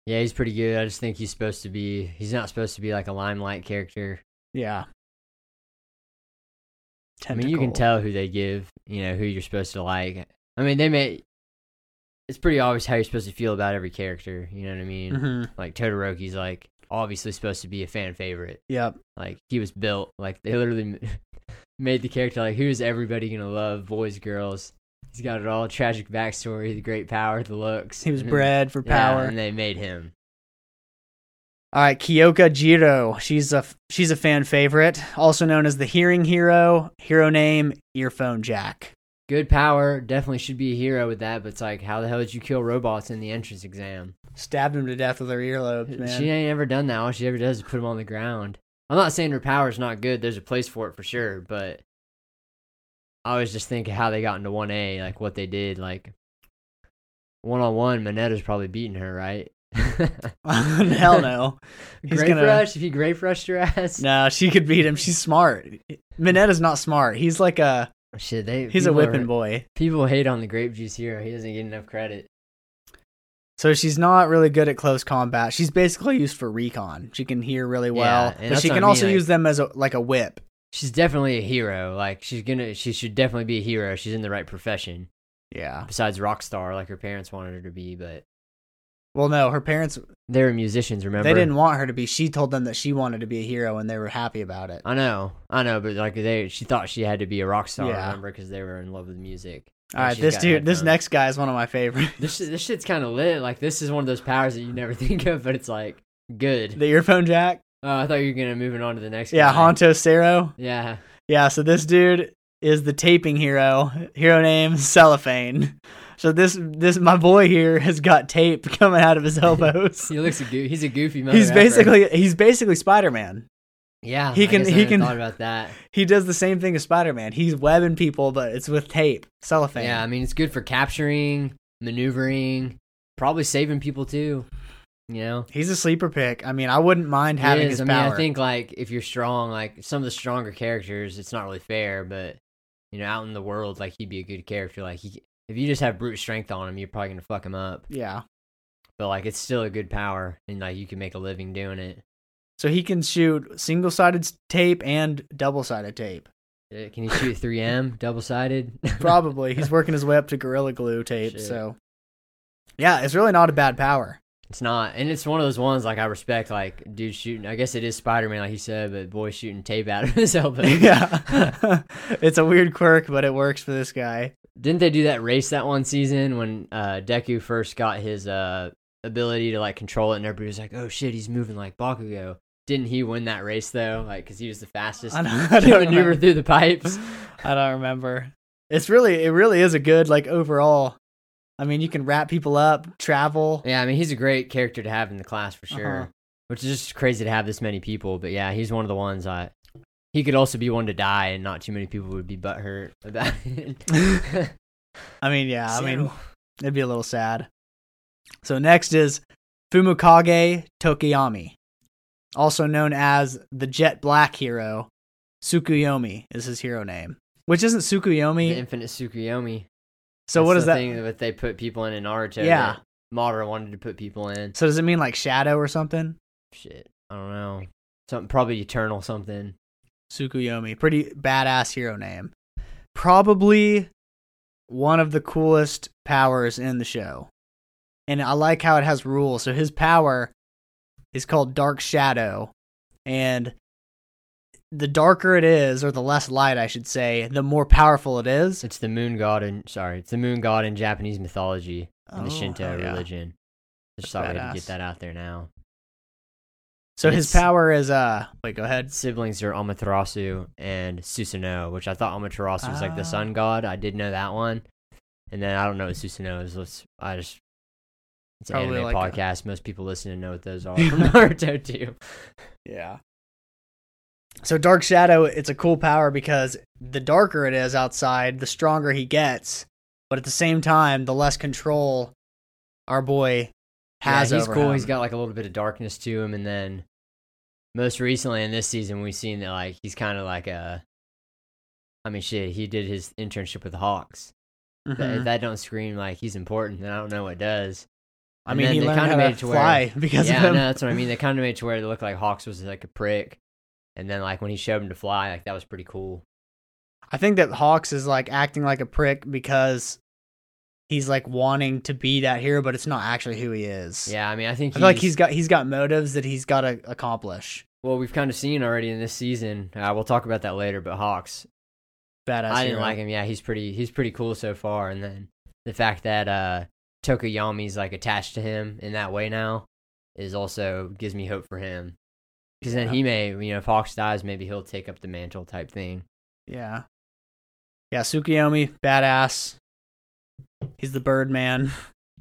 Speaker 2: Yeah, he's pretty good. I just think he's supposed to be. He's not supposed to be like a limelight character.
Speaker 1: Yeah.
Speaker 2: I mean, you can
Speaker 1: Tentacle.
Speaker 2: tell who they give. You know who you're supposed to like. I mean, they may. It's pretty obvious how you're supposed to feel about every character. You know what I mean?
Speaker 1: Mhm.
Speaker 2: Like Todoroki's like obviously supposed to be a fan favorite.
Speaker 1: Yep.
Speaker 2: Like he was built like they literally made the character like who is everybody gonna love? Boys, girls. He's got it all. Tragic backstory, the great power, the looks.
Speaker 1: He was
Speaker 2: and then-
Speaker 1: bred for
Speaker 2: Mm-hmm. Yeah,
Speaker 1: power.
Speaker 2: and they made him.
Speaker 1: All right, Kyoka Jiro. She's a she's a fan favorite, also known as the hearing hero. Hero name earphone Jack.
Speaker 2: Good power, definitely should be a hero with that. But it's like, how the hell did you kill robots in the entrance exam?
Speaker 1: Stabbed him to death with her earlobes, man.
Speaker 2: She ain't ever done that. All she ever does is put them on the ground. I'm not saying her power's not good. There's a place for it for sure, but I was just thinking how they got into one A, like what they did, like one on one. Manetta's probably beating her, right?
Speaker 1: Hell no. He's
Speaker 2: grape
Speaker 1: gonna-
Speaker 2: rush. If you grape rushed her ass,
Speaker 1: No, she could beat him. She's smart. Minetta's not smart. He's like a
Speaker 2: shit. They
Speaker 1: he's a
Speaker 2: people
Speaker 1: whipping
Speaker 2: are-
Speaker 1: boy.
Speaker 2: People hate on the grape juice hero. He doesn't get enough credit.
Speaker 1: So she's not really good at close combat. She's basically used for recon. She can hear really well,
Speaker 2: and
Speaker 1: but
Speaker 2: that's
Speaker 1: she
Speaker 2: what I
Speaker 1: can
Speaker 2: mean,
Speaker 1: also
Speaker 2: like-
Speaker 1: use them as a, like a whip.
Speaker 2: She's definitely a hero. Like she's gonna, she should definitely be a hero. She's in the right profession.
Speaker 1: Yeah.
Speaker 2: Besides rock star, like her parents wanted her to be, but
Speaker 1: Well, no, her parents
Speaker 2: they were musicians. Remember,
Speaker 1: they didn't want her to be. She told them that she wanted to be a hero, and they were happy about it.
Speaker 2: I know, I know, but like they, she thought she had to be a rock star.
Speaker 1: Yeah.
Speaker 2: Remember, because they were in love with music.
Speaker 1: All
Speaker 2: And
Speaker 1: right,
Speaker 2: she's
Speaker 1: this
Speaker 2: got
Speaker 1: dude, this
Speaker 2: headphones.
Speaker 1: next guy is one of my favorites.
Speaker 2: this shit- this shit's kind of lit. Like this is one of those powers that you never think of, but it's like good.
Speaker 1: the earphone jack.
Speaker 2: Oh, I thought you were gonna moving on to the next.
Speaker 1: Yeah,
Speaker 2: guy.
Speaker 1: Honto Cero.
Speaker 2: Yeah,
Speaker 1: Yeah, so this dude is the taping hero. Hero name Cellophane. So this this my boy here has got tape coming out of his elbows.
Speaker 2: he looks a goo- he's a goofy. mother
Speaker 1: he's
Speaker 2: effer.
Speaker 1: basically he's basically Spider Man.
Speaker 2: yeah.
Speaker 1: he
Speaker 2: I
Speaker 1: can-
Speaker 2: guess I
Speaker 1: he
Speaker 2: hadn't
Speaker 1: can-
Speaker 2: thought about that.
Speaker 1: He does the same thing as Spider Man. He's webbing people, but it's with tape, cellophane.
Speaker 2: Yeah, I mean it's good for capturing, maneuvering, probably saving people too. You know,
Speaker 1: He's a sleeper pick. I mean, I wouldn't mind
Speaker 2: It
Speaker 1: having
Speaker 2: is.
Speaker 1: his
Speaker 2: I
Speaker 1: power.
Speaker 2: mean, I think like if you're strong, like some of the stronger characters, it's not really fair. But you know, out in the world, like he'd be a good character. Like he, if you just have brute strength on him, you're probably gonna fuck him up.
Speaker 1: yeah.
Speaker 2: But like it's still a good power, and like you can make a living doing it.
Speaker 1: So he can shoot single sided tape and double sided tape.
Speaker 2: Uh, Can you shoot 3M double sided?
Speaker 1: Probably. He's working his way up to Gorilla Glue tape.
Speaker 2: Shit.
Speaker 1: So, yeah, it's really not a bad power.
Speaker 2: It's not, and it's one of those ones like I respect, like dude shooting. I guess it is Spider Man, like you said, but boy shooting tape out of his elbow.
Speaker 1: yeah. it's a weird quirk, but it works for this guy.
Speaker 2: Didn't they do that race that one season when uh, Deku first got his uh, ability to like control it, and everybody was like, "Oh shit, he's moving like Bakugo." Didn't he win that race though? Like, cause he was the fastest.
Speaker 1: I don't-
Speaker 2: He
Speaker 1: I don't
Speaker 2: maneuvered
Speaker 1: remember.
Speaker 2: through the pipes.
Speaker 1: I don't remember. It's really, it really is a good, like, overall. I mean, you can wrap people up, travel.
Speaker 2: Yeah, I mean, he's a great character to have in the class for sure.
Speaker 1: Uh-huh.
Speaker 2: Which is just crazy to have this many people, but yeah, he's one of the ones I. He could also be one to die, and not too many people would be butthurt about it.
Speaker 1: I mean, yeah, I mean,
Speaker 2: So-
Speaker 1: it'd be a little sad. So, next is Fumukage Tokiyami, also known as the Jet Black hero. Tsukuyomi is his hero name, which isn't
Speaker 2: the
Speaker 1: Tsukuyomi.
Speaker 2: Infinite Tsukuyomi.
Speaker 1: So, what
Speaker 2: That's
Speaker 1: is
Speaker 2: the
Speaker 1: that?
Speaker 2: Thing that they put people in in Naruto.
Speaker 1: Yeah.
Speaker 2: that Madara wanted to put people in.
Speaker 1: So, does it mean like shadow or something?
Speaker 2: Shit, I don't know. Something probably eternal something.
Speaker 1: Tsukuyomi. Pretty badass hero name. Probably one of the coolest powers in the show. And I like how it has rules. So his power is called Dark Shadow. And the darker it is, or the less light, I should say, the more powerful it is.
Speaker 2: It's the moon god in sorry, it's the moon god in Japanese mythology in the
Speaker 1: Oh,
Speaker 2: Shinto
Speaker 1: hell yeah.
Speaker 2: religion. Just
Speaker 1: That's
Speaker 2: thought we had to
Speaker 1: badass.
Speaker 2: get that out there now.
Speaker 1: So his
Speaker 2: It's-
Speaker 1: power is, uh, wait, go ahead.
Speaker 2: Siblings are Amaterasu and Susanoo, which I thought Amaterasu was like
Speaker 1: Ah.
Speaker 2: the sun god. I did know that one, and then I don't know what Susanoo is. Let's I just it's an
Speaker 1: Probably
Speaker 2: anime
Speaker 1: like a-
Speaker 2: podcast. Most people listening know what those are from Naruto too.
Speaker 1: Yeah. So dark shadow, it's a cool power because the darker it is outside, the stronger he gets. But at the same time, the less control our boy has
Speaker 2: yeah, he's
Speaker 1: over
Speaker 2: cool.
Speaker 1: him.
Speaker 2: He's got like a little bit of darkness to him, and then most recently in this season, we've seen that like he's kind of like a. I mean, shit. He did his internship with the Hawks. That,
Speaker 1: Mhm.
Speaker 2: if that don't scream like he's important, then I don't know what does.
Speaker 1: I
Speaker 2: and
Speaker 1: mean,
Speaker 2: then
Speaker 1: he
Speaker 2: they
Speaker 1: learned
Speaker 2: kinda
Speaker 1: how
Speaker 2: made
Speaker 1: to
Speaker 2: it to where-
Speaker 1: fly because
Speaker 2: yeah,
Speaker 1: of him.
Speaker 2: no, that's what I mean. They kind of made it to where it looked like Hawks was like a prick, and then like when he showed him to fly, like that was pretty cool.
Speaker 1: I think that Hawks is like acting like a prick because he's like wanting to be that hero, but it's not actually who he is.
Speaker 2: Yeah, I mean, I think
Speaker 1: I feel like he's got he's got motives that he's got to accomplish.
Speaker 2: well, we've kind of seen already in this season. Uh, we'll talk about that later, but Hawks,
Speaker 1: Badass.
Speaker 2: I didn't
Speaker 1: hero.
Speaker 2: like him. Yeah, he's pretty he's pretty cool so far, and then the fact that uh Tokoyami's like attached to him in that way now is also gives me hope for him. Because then
Speaker 1: Yeah.
Speaker 2: he may, you know, if Hawks dies, maybe he'll take up the mantle type thing.
Speaker 1: Yeah. Yeah, Tsukiyomi, badass. He's the Birdman.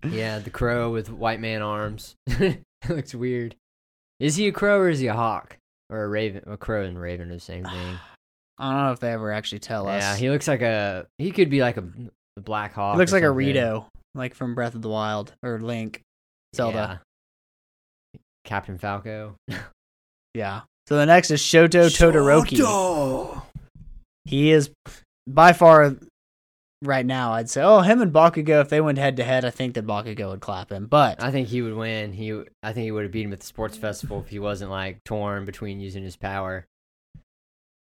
Speaker 2: Yeah, the crow with white man arms. it looks weird. Is he a crow or is he a hawk? Or a raven? A crow and raven are the same thing.
Speaker 1: I don't know if they ever actually tell us.
Speaker 2: yeah,
Speaker 1: he,
Speaker 2: he looks like a. He could be like a, a black hawk.
Speaker 1: looks
Speaker 2: or
Speaker 1: like a
Speaker 2: something.
Speaker 1: Rito, like from Breath of the Wild or Link, Zelda.
Speaker 2: Yeah. Captain Falco.
Speaker 1: Yeah. So the next is Shoto Todoroki.
Speaker 2: Shoto!
Speaker 1: He is by far right now. I'd say, oh, him and Bakugo. If they went head to head, I think that Bakugo would clap him. But
Speaker 2: I think he would win. He, I think he would have beat him at the sports festival if he wasn't like torn between using his power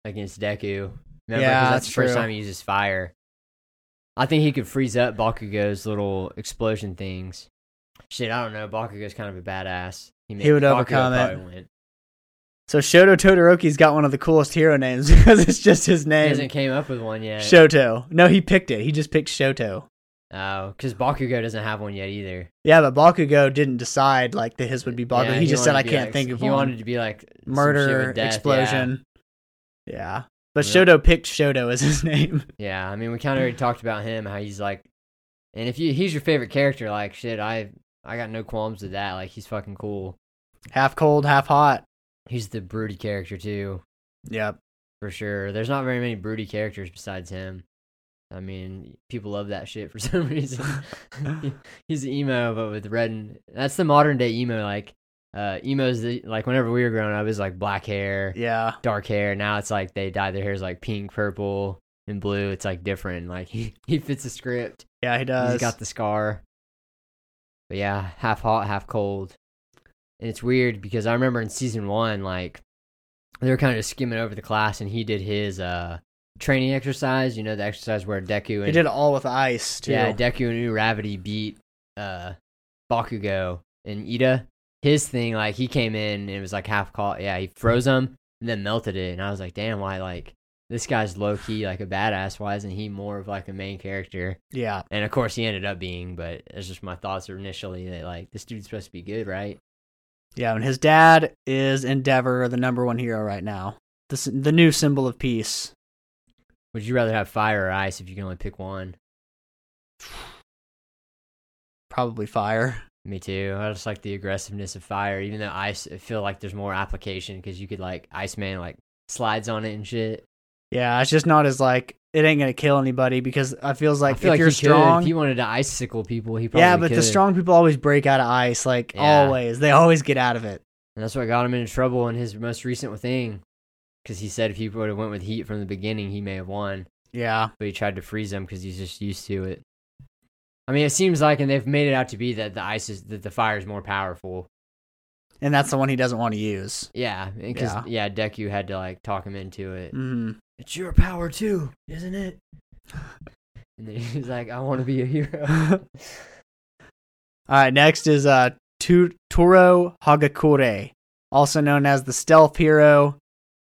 Speaker 2: against Deku. Remember, 'Cause
Speaker 1: Yeah,
Speaker 2: that's,
Speaker 1: that's
Speaker 2: the first
Speaker 1: true.
Speaker 2: time he uses fire. I think he could freeze up Bakugo's little explosion things. Shit, I don't know. Bakugo's kind of a badass.
Speaker 1: He would overcome it.
Speaker 2: probably win.
Speaker 1: so Shoto Todoroki's got one of the coolest hero names because it's just his
Speaker 2: He
Speaker 1: name.
Speaker 2: hasn't came up with one yet.
Speaker 1: Shoto. No, he picked it. He just picked Shoto.
Speaker 2: Oh, because Bakugo doesn't have one yet either.
Speaker 1: Yeah, but Bakugo didn't decide like that his would be Bakugo.
Speaker 2: Yeah,
Speaker 1: he, just said,
Speaker 2: wanted
Speaker 1: "I
Speaker 2: to be
Speaker 1: can't
Speaker 2: like-
Speaker 1: think of
Speaker 2: He
Speaker 1: one."
Speaker 2: wanted to be like some shit with
Speaker 1: Murder,
Speaker 2: death, yeah.
Speaker 1: explosion. Yeah. But
Speaker 2: Yeah.
Speaker 1: Shoto picked Shoto as his name.
Speaker 2: Yeah, I mean, we kind of already talked about him, how he's like, and if you he's your favorite character, like shit, I I got no qualms with that. Like he's fucking cool.
Speaker 1: half cold, half hot.
Speaker 2: He's the broody character too,
Speaker 1: Yep.
Speaker 2: for sure. There's not very many broody characters besides him. I mean, people love that shit for some reason. He- he's emo, but with red. And, that's the modern day emo. Like, uh, emo's the, like whenever we were growing up, it was like black hair,
Speaker 1: Yeah.
Speaker 2: dark hair. Now it's like they dye their hairs like pink, purple, and blue. It's like different. Like he he fits a script.
Speaker 1: Yeah, he does.
Speaker 2: He's got the scar. But yeah, half hot, half cold. And it's weird because I remember in season one, like they were kind of skimming over the class, and he did his uh training exercise. You know, the exercise where Deku and
Speaker 1: he did it all with ice too.
Speaker 2: yeah, Deku and Uravity beat uh Bakugo and Ida. His thing, like he came in and it was like half caught. Yeah, he froze him and then melted it, and I was like, damn, why like this guy's low key like a badass? Why isn't he more of like a main character?
Speaker 1: yeah.
Speaker 2: And of course, he ended up being, but it's just my thoughts initially that, like, this dude's supposed to be good, right?
Speaker 1: Yeah, and his dad is Endeavor, the number one hero right now. The s- the new symbol of peace.
Speaker 2: Would you rather have fire or ice if you can only pick one?
Speaker 1: Probably fire.
Speaker 2: Me too. I just like the aggressiveness of fire, even though ice, I feel like there's more application because you could, like, Iceman, like, slides on it and shit.
Speaker 1: Yeah, it's just not as like it ain't gonna kill anybody because I feels
Speaker 2: I
Speaker 1: like if
Speaker 2: feel like
Speaker 1: you're
Speaker 2: he could.
Speaker 1: strong,
Speaker 2: If he wanted to icicle people, he probably
Speaker 1: yeah, but the
Speaker 2: could.
Speaker 1: strong people always break out of ice, like
Speaker 2: Yeah.
Speaker 1: always. They always get out of it.
Speaker 2: And that's what got him into trouble in his most recent thing because he said if he would have went with heat from the beginning, he may have won.
Speaker 1: Yeah,
Speaker 2: but he tried to freeze him because he's just used to it. I mean, it seems like, and they've made it out to be that the ice is that the fire is more powerful.
Speaker 1: and that's the one he doesn't want to use.
Speaker 2: Yeah, because
Speaker 1: Yeah.
Speaker 2: yeah. Deku had to like talk him into it.
Speaker 1: hmm
Speaker 2: It's your power too, isn't it? And then he's like, "I want to be a hero."
Speaker 1: All right, next is uh Tu- Turo Hagakure, also known as the stealth hero,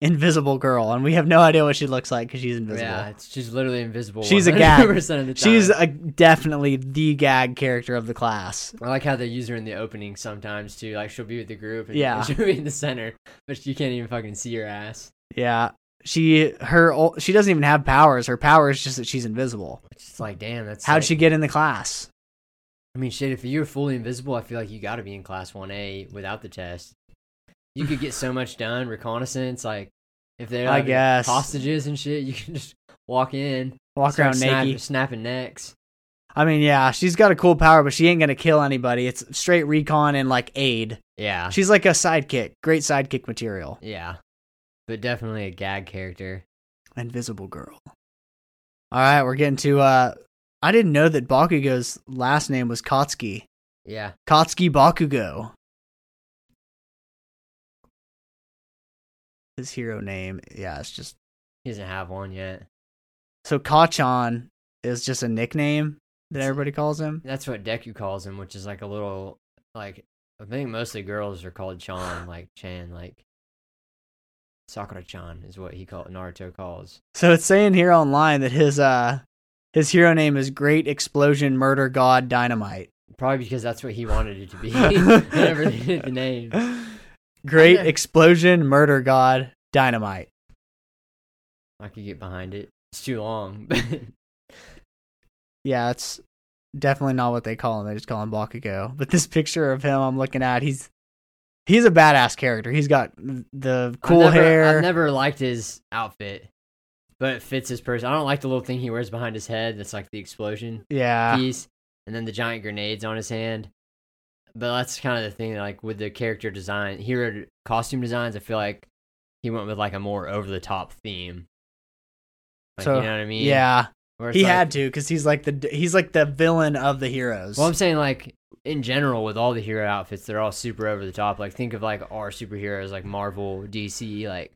Speaker 1: Invisible Girl, and we have no idea what she looks like because she's invisible.
Speaker 2: yeah, it's, she's literally invisible.
Speaker 1: She's a gag.
Speaker 2: 100% of the time.
Speaker 1: She's a, definitely the gag character of the class.
Speaker 2: I like how they use her in the opening sometimes too. Like she'll be with the group, and
Speaker 1: Yeah.
Speaker 2: she'll be in the center, but you can't even fucking see her ass.
Speaker 1: Yeah, she her ol- she doesn't even have powers. Her power is just that she's invisible.
Speaker 2: It's just like, damn, that's
Speaker 1: How'd
Speaker 2: like-
Speaker 1: she get in the class?
Speaker 2: I mean, shit, if you're fully invisible, I feel like you got to be in class 1A without the test. You could get so much done, reconnaissance, like if they're
Speaker 1: I
Speaker 2: like,
Speaker 1: guess.
Speaker 2: hostages and shit, you can just walk in,
Speaker 1: Walk
Speaker 2: start
Speaker 1: around
Speaker 2: snap-
Speaker 1: naked.
Speaker 2: snapping necks.
Speaker 1: I mean, yeah, she's got a cool power, but she ain't gonna kill anybody. It's straight recon and like aid.
Speaker 2: Yeah.
Speaker 1: She's like a sidekick, great sidekick material.
Speaker 2: Yeah. But definitely a gag character.
Speaker 1: Invisible Girl. All right, we're getting to. uh I didn't know that Bakugo's last name was Kotsky.
Speaker 2: Yeah.
Speaker 1: Kotsky Bakugo. His hero name, yeah, it's just
Speaker 2: He doesn't have one yet.
Speaker 1: so Kachan is just a nickname that
Speaker 2: It's-
Speaker 1: everybody calls him.
Speaker 2: That's what Deku calls him, which is like a little like I think mostly girls are called Chan, like Chan, like Sakura Chan is what he called Naruto calls.
Speaker 1: So it's saying here online that his uh his hero name is Great Explosion Murder God Dynamite.
Speaker 2: Probably because that's what he wanted it to be. Whenever they did the name.
Speaker 1: Great
Speaker 2: Okay.
Speaker 1: Explosion Murder God Dynamite.
Speaker 2: I could get behind it. It's too long. but
Speaker 1: Yeah, it's definitely not what they call him. They just call him Bakugo. But this picture of him I'm looking at, he's he's a badass character. He's got the cool
Speaker 2: I've never,
Speaker 1: hair.
Speaker 2: I've never liked his outfit, but it fits his person. I don't like the little thing he wears behind his head that's like the explosion
Speaker 1: yeah.
Speaker 2: piece and then the giant grenades on his hand. But that's kind of the thing, like with the character design, hero d- costume designs, I feel like he went with like a more over the top theme. Like,
Speaker 1: So,
Speaker 2: you know what I mean?
Speaker 1: yeah.
Speaker 2: Where it's
Speaker 1: He
Speaker 2: like-
Speaker 1: had to cuz he's like the he's like the villain of the heroes.
Speaker 2: Well, I'm saying like in general with all the hero outfits, they're all super over the top. Like think of like our superheroes like Marvel, DC, like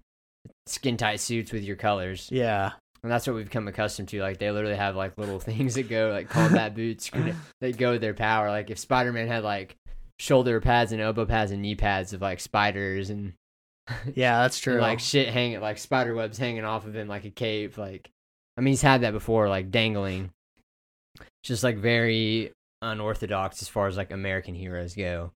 Speaker 2: skin tight suits with your colors,
Speaker 1: yeah.
Speaker 2: and that's what we've come accustomed to. Like they literally have like little things that go like combat boots grenade- that go with their power. Like if Spider Man had like shoulder pads and elbow pads and knee pads of like spiders and,
Speaker 1: Yeah, that's
Speaker 2: and
Speaker 1: true.
Speaker 2: like shit hanging like spider webs hanging off of him like a cape. Like I mean he's had that before, like dangling. Just like very unorthodox as far as like American heroes go.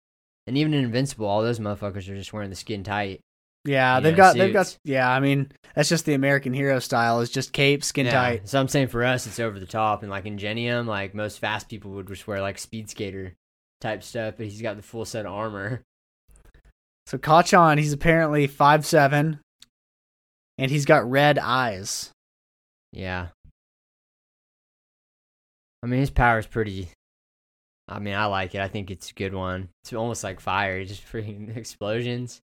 Speaker 2: And even in Invincible, all those motherfuckers are just wearing the skin tight.
Speaker 1: Yeah,
Speaker 2: you
Speaker 1: they've
Speaker 2: know,
Speaker 1: got they've got
Speaker 2: suits.
Speaker 1: yeah, I mean, that's just the American hero style is just cape, skin
Speaker 2: Yeah,
Speaker 1: tight.
Speaker 2: So I'm saying for us, it's over the top. And like Ingenium, like most fast people would just wear like speed skater type stuff, but he's got the full set of armor.
Speaker 1: So Kachan, he's apparently five seven and he's got red eyes.
Speaker 2: Yeah. I mean, his power is pretty. I mean, I like it. I think it's a good one. It's almost like fire, It's just freaking explosions.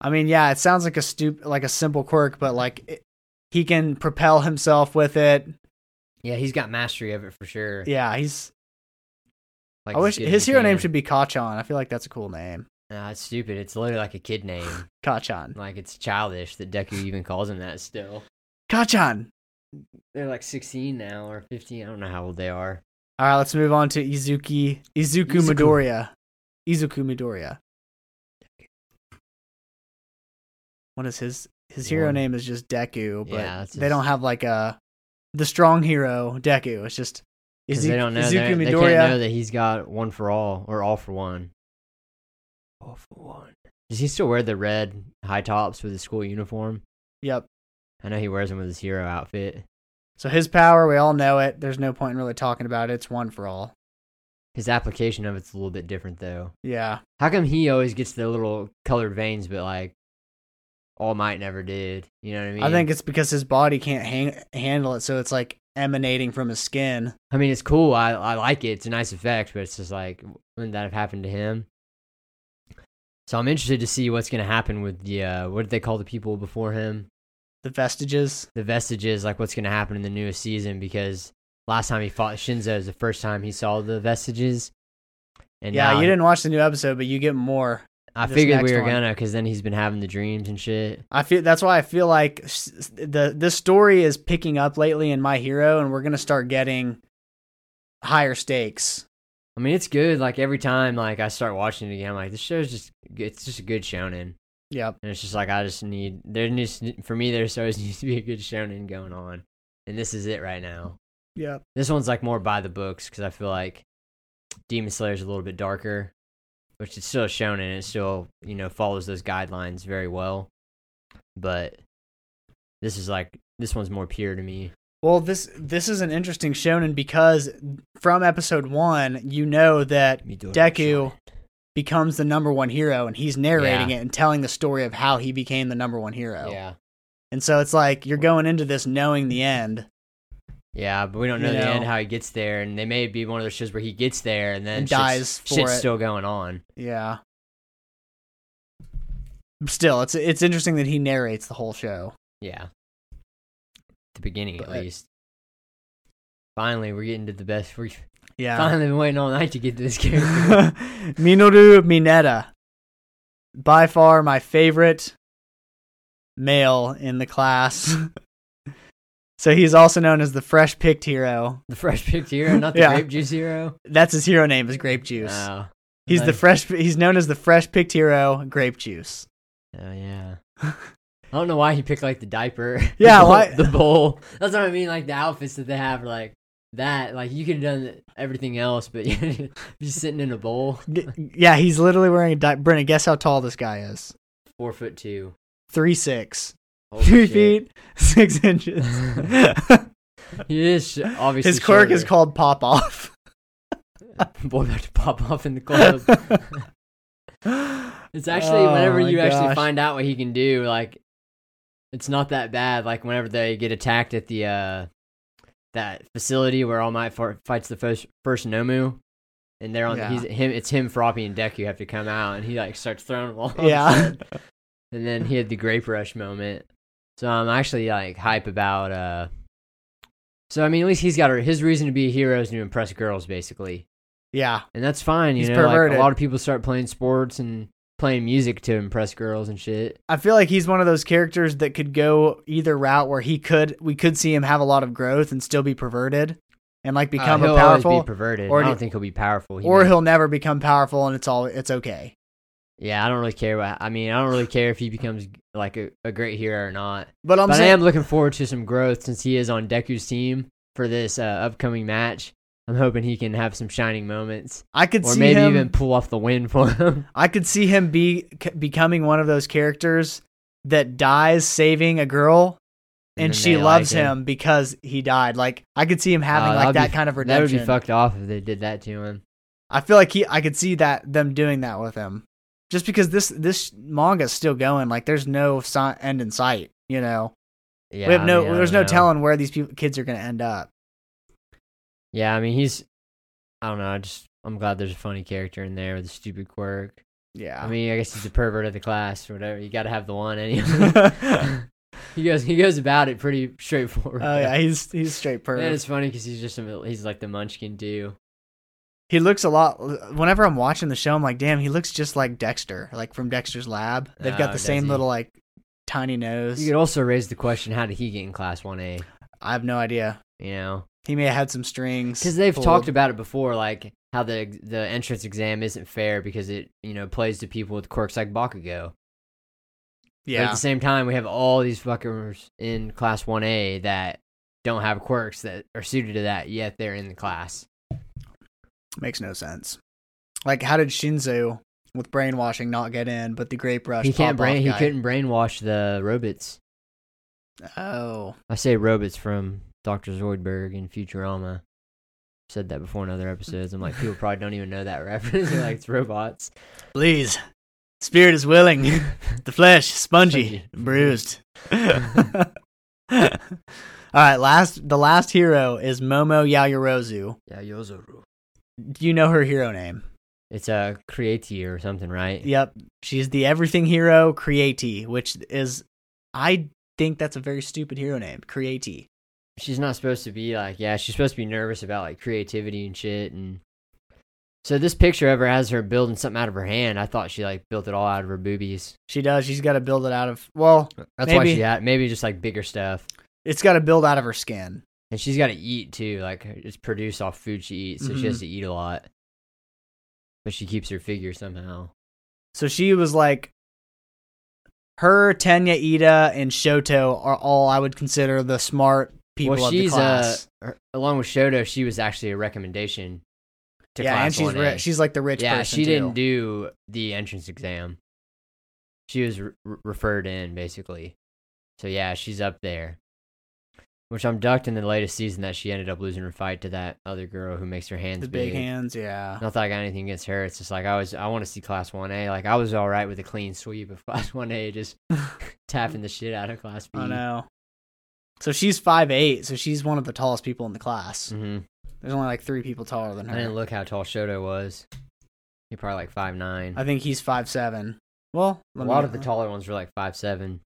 Speaker 1: I mean, yeah, it sounds like a stup like a simple quirk, but like it, he can propel himself with it.
Speaker 2: Yeah, he's got mastery of it for sure.
Speaker 1: Yeah, he's
Speaker 2: Like
Speaker 1: I
Speaker 2: as
Speaker 1: wish
Speaker 2: good as
Speaker 1: his
Speaker 2: he
Speaker 1: hero name
Speaker 2: can.
Speaker 1: should be Kachan. I feel like that's a cool name.
Speaker 2: Nah, it's stupid. It's literally like a kid name.
Speaker 1: Kachan.
Speaker 2: like it's childish that Deku even calls him that still.
Speaker 1: Kachan.
Speaker 2: They're like 16 now or 15. I don't know how old they are.
Speaker 1: All right, let's move on to Izuki Izuku
Speaker 2: Izuku.
Speaker 1: Midoriya. Izuku Midoriya. What is his his hero
Speaker 2: One.
Speaker 1: name is just Deku, but
Speaker 2: Yeah, that's
Speaker 1: they
Speaker 2: his-
Speaker 1: don't have like a the strong hero Deku. It's just
Speaker 2: Because
Speaker 1: Izu-
Speaker 2: they don't know.
Speaker 1: Izuku
Speaker 2: they're- They
Speaker 1: Midoriya.
Speaker 2: can't know that he's got one for all or all for one. All for one. Does he still wear the red high tops with his school uniform?
Speaker 1: Yep.
Speaker 2: I know he wears them with his hero outfit.
Speaker 1: So his power, we all know it. There's no point in really talking about it. It's one for all.
Speaker 2: His application of it's a little bit different though.
Speaker 1: Yeah.
Speaker 2: How come he always gets the little colored veins, but like All Might never did? You know what I mean?
Speaker 1: I think it's because his body can't hang- handle it, so it's like emanating from his skin.
Speaker 2: I mean it's cool. I I like it. It's a nice effect, but it's just like wouldn't that have happened to him? So I'm interested to see what's gonna happen with the uh, what did they call the people before him?
Speaker 1: The vestiges.
Speaker 2: the vestiges, like what's going to happen in the newest season, because last time he fought Shinzo is the first time he saw the vestiges. And
Speaker 1: yeah,
Speaker 2: now
Speaker 1: you didn't watch the new episode, but you get more.
Speaker 2: I
Speaker 1: this
Speaker 2: figured we
Speaker 1: next
Speaker 2: were
Speaker 1: one.
Speaker 2: gonna, because then he's been having the dreams and shit.
Speaker 1: I feel that's why I feel like s- s- the this story is picking up lately in My Hero, and we're gonna start getting higher stakes.
Speaker 2: I mean, it's good. Like every time, like I start watching it again, I'm like this show's just, it's just a good shonen,
Speaker 1: Yep.
Speaker 2: and it's just like I just need there needs for me there's always needs to be a good shonen going on, and this is it right now.
Speaker 1: Yep.
Speaker 2: This one's like more by the books because I feel like Demon Slayer's a little bit darker, which it's still shown and it still you know follows those guidelines very well. But this is like this one's more pure to me.
Speaker 1: Well, this this is an interesting shonen because from episode one, you know that Deku becomes the number one hero and he's narrating
Speaker 2: Yeah.
Speaker 1: it and telling the story of how he became the number one hero.
Speaker 2: Yeah,
Speaker 1: And so it's like you're going into this knowing the end.
Speaker 2: Yeah, but we don't know
Speaker 1: You
Speaker 2: the
Speaker 1: know.
Speaker 2: end how he gets there, and they may be one of those shows where he gets there and then
Speaker 1: And
Speaker 2: shit's-
Speaker 1: dies for
Speaker 2: shit's
Speaker 1: it.
Speaker 2: still going on.
Speaker 1: Yeah. Still, it's it's interesting that he narrates the whole show.
Speaker 2: Yeah, the beginning
Speaker 1: But-
Speaker 2: at least. Finally, we're getting to the best. We
Speaker 1: Yeah.
Speaker 2: finally been waiting all night to get to this character.
Speaker 1: Minoru Mineta, by far my favorite male in the class. so he's also known as the fresh picked hero.
Speaker 2: the fresh picked hero, not the
Speaker 1: Yeah.
Speaker 2: grape juice hero.
Speaker 1: That's his hero name is Grape Juice.
Speaker 2: Oh,
Speaker 1: he's the
Speaker 2: nice.
Speaker 1: fresh. He's known as the fresh picked hero, Grape Juice.
Speaker 2: oh yeah. I don't know why he picked like the diaper.
Speaker 1: Yeah,
Speaker 2: the, bowl-
Speaker 1: why-
Speaker 2: the bowl? That's what I mean. Like the outfits that they have, are, like that. Like you could have done everything else, but you're just sitting in a bowl.
Speaker 1: G- yeah, he's literally wearing a. Di- Brenna, guess how tall this guy is?
Speaker 2: Four foot two.
Speaker 1: Three six.
Speaker 2: Holy
Speaker 1: three
Speaker 2: shit.
Speaker 1: feet six inches.
Speaker 2: He is sh- obviously
Speaker 1: His quirk is
Speaker 2: shorter.
Speaker 1: called Pop Off.
Speaker 2: boy about to pop off in the club. it's actually
Speaker 1: Oh
Speaker 2: whenever
Speaker 1: my
Speaker 2: you actually
Speaker 1: gosh.
Speaker 2: find out what he can do, like it's not that bad. Like whenever they get attacked at the uh that facility where All Might for- fights the first first Nomu. And they're on
Speaker 1: Yeah.
Speaker 2: he's him it's him, Froppy and Deku have to come out and he like starts throwing them all.
Speaker 1: yeah.
Speaker 2: and then he had the grape rush moment. So I'm actually like hype about. uh So I mean, at least he's got a, his reason to be a hero is to impress girls, basically,
Speaker 1: Yeah.
Speaker 2: and that's fine. You
Speaker 1: He's
Speaker 2: know,
Speaker 1: perverted.
Speaker 2: like a lot of people start playing sports and playing music to impress girls and shit.
Speaker 1: I feel like he's one of those characters that could go either route where he could we could see him have a lot of growth and still be perverted and like become
Speaker 2: Uh, he'll
Speaker 1: a
Speaker 2: always
Speaker 1: powerful
Speaker 2: be perverted.
Speaker 1: or
Speaker 2: I don't
Speaker 1: do-
Speaker 2: think he'll be powerful. He
Speaker 1: or
Speaker 2: may-
Speaker 1: he'll never become powerful and it's all it's okay.
Speaker 2: yeah, I don't really care. What, I mean, I don't really care if he becomes like a, a great hero or not.
Speaker 1: But I'm
Speaker 2: but I
Speaker 1: saying
Speaker 2: am looking forward to some growth since he is on Deku's team for this uh, upcoming match. I'm hoping he can have some shining moments.
Speaker 1: I could
Speaker 2: or
Speaker 1: see
Speaker 2: maybe
Speaker 1: him
Speaker 2: even pull off the win for him.
Speaker 1: I could see him be c- becoming one of those characters that dies saving a girl and,
Speaker 2: then
Speaker 1: she
Speaker 2: they
Speaker 1: loves
Speaker 2: like
Speaker 1: him. because he died. Like I could see him having
Speaker 2: Oh,
Speaker 1: like that
Speaker 2: that'd be-
Speaker 1: kind of
Speaker 2: That would
Speaker 1: redemption.
Speaker 2: be fucked off if they did that to him.
Speaker 1: I feel like he I could see that them doing that with him. Just because this this manga's still going, like there's no si- end in sight, you know.
Speaker 2: Yeah,
Speaker 1: we have
Speaker 2: I
Speaker 1: no
Speaker 2: mean, I
Speaker 1: there's
Speaker 2: don't
Speaker 1: no
Speaker 2: know.
Speaker 1: telling where these people, kids are going to end up.
Speaker 2: Yeah, I mean he's. I don't know. I just I'm glad there's a funny character in there with a stupid quirk.
Speaker 1: Yeah.
Speaker 2: I mean, I guess he's a pervert of the class or whatever. You got to have the one anyway.
Speaker 1: oh
Speaker 2: he goes he goes about it pretty straightforward.
Speaker 1: yeah, he's he's straight
Speaker 2: And it's
Speaker 1: perv.
Speaker 2: funny because he's just a, he's like the Munchkin too.
Speaker 1: He looks a lot whenever I'm watching the show I'm like, "Damn, he looks just like Dexter, like from Dexter's Lab." They've
Speaker 2: Oh,
Speaker 1: got the
Speaker 2: does
Speaker 1: same
Speaker 2: he?
Speaker 1: little like tiny nose.
Speaker 2: You could also raise the question: How did he get in class one A?
Speaker 1: I have no idea.
Speaker 2: You know,
Speaker 1: He may have had some strings.
Speaker 2: because they've
Speaker 1: pulled.
Speaker 2: talked about it before, like how the the entrance exam isn't fair because it you know plays to people with quirks like Bakugo. But at
Speaker 1: Yeah.
Speaker 2: the same time, we have all these fuckers in class one A that don't have quirks that are suited to that, yet they're in the class.
Speaker 1: makes no sense. Like, how did Shinzo with brainwashing not get in, but the grape rush?
Speaker 2: he
Speaker 1: pop-off
Speaker 2: can't brain. He
Speaker 1: guy-
Speaker 2: couldn't brainwash the robots.
Speaker 1: Oh,
Speaker 2: I say robots from Doctor Zoidberg in Futurama. Said that before in other episodes. I'm like, people probably don't even know that reference. They're like, it's robots.
Speaker 1: please. Spirit is willing. the flesh spongy,
Speaker 2: Spongy.
Speaker 1: bruised. All right, last the last hero is Momo Yaoyorozu.
Speaker 2: Yeah, Yozaru.
Speaker 1: Do you know her hero name?
Speaker 2: It's a creati or something, right?
Speaker 1: Yep, she's the everything hero Creati, which is I think that's a very stupid hero name, Creati.
Speaker 2: she's not supposed to be like yeah she's supposed to be nervous about like creativity and shit and so this picture of her has her building something out of her hand i thought she like built it all out of her boobies
Speaker 1: She does. She's got to build it out of well,
Speaker 2: that's why
Speaker 1: Maybe.
Speaker 2: she had maybe just like bigger stuff
Speaker 1: it's got to build out of her skin.
Speaker 2: and she's got to eat too like it's produced off food she eats so
Speaker 1: Mhm.
Speaker 2: she has to eat a lot but she keeps her figure somehow
Speaker 1: So she was like, her Tenya Ida and Shoto are all I would consider the smart people
Speaker 2: well
Speaker 1: of the
Speaker 2: she's uh
Speaker 1: class.
Speaker 2: her- along with shoto she was actually a recommendation to
Speaker 1: yeah, and
Speaker 2: class
Speaker 1: she's
Speaker 2: 1A.
Speaker 1: rich. She's like the rich
Speaker 2: yeah
Speaker 1: person.
Speaker 2: she
Speaker 1: too.
Speaker 2: didn't do the entrance exam she was re- re- referred in basically so yeah she's up there which i'm ducked in the latest season that she ended up losing her fight to that other girl who makes her hands
Speaker 1: the big hands. Yeah,
Speaker 2: not that i got anything against her it's just like i was i want to see class 1a like i was all right with a clean sweep of class 1a just tapping the shit out of class b
Speaker 1: I know. So she's five eight, so she's one of the tallest people in the class.
Speaker 2: Mm-hmm.
Speaker 1: There's only like three people taller than
Speaker 2: I didn't
Speaker 1: her.
Speaker 2: look how tall Shoto was. He probably like five nine.
Speaker 1: I think he's five seven. Well,
Speaker 2: A
Speaker 1: let me-
Speaker 2: lot of the taller ones were like five seven.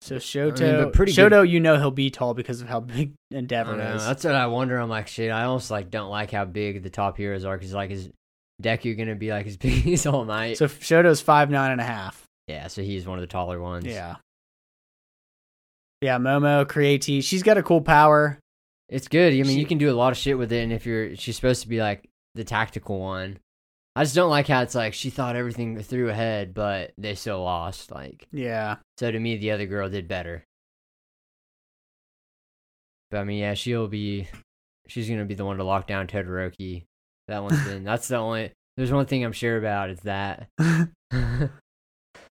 Speaker 1: So Shoto,
Speaker 2: but pretty good-
Speaker 1: Shoto, you know he'll be tall because of how big Endeavor is.
Speaker 2: That's what I wonder. I'm like, shit. I almost like don't like how big the top heroes are because like is Deku gonna be like as big as All Might?
Speaker 1: So Shoto's five nine and a half.
Speaker 2: yeah, so he's one of the taller ones.
Speaker 1: Yeah. Yeah, Momo, Creati. She's got a cool power.
Speaker 2: it's good. I mean,
Speaker 1: She-
Speaker 2: you can do a lot of shit with it, and if you're, she's supposed to be like the tactical one. I just don't like how it's like she thought everything through ahead, but they still lost. Like,
Speaker 1: Yeah.
Speaker 2: so to me, the other girl did better. But I mean, yeah, she'll be, she's gonna be the one to lock down Todoroki. That one's been. that's the only. There's one thing I'm sure about. It's that. I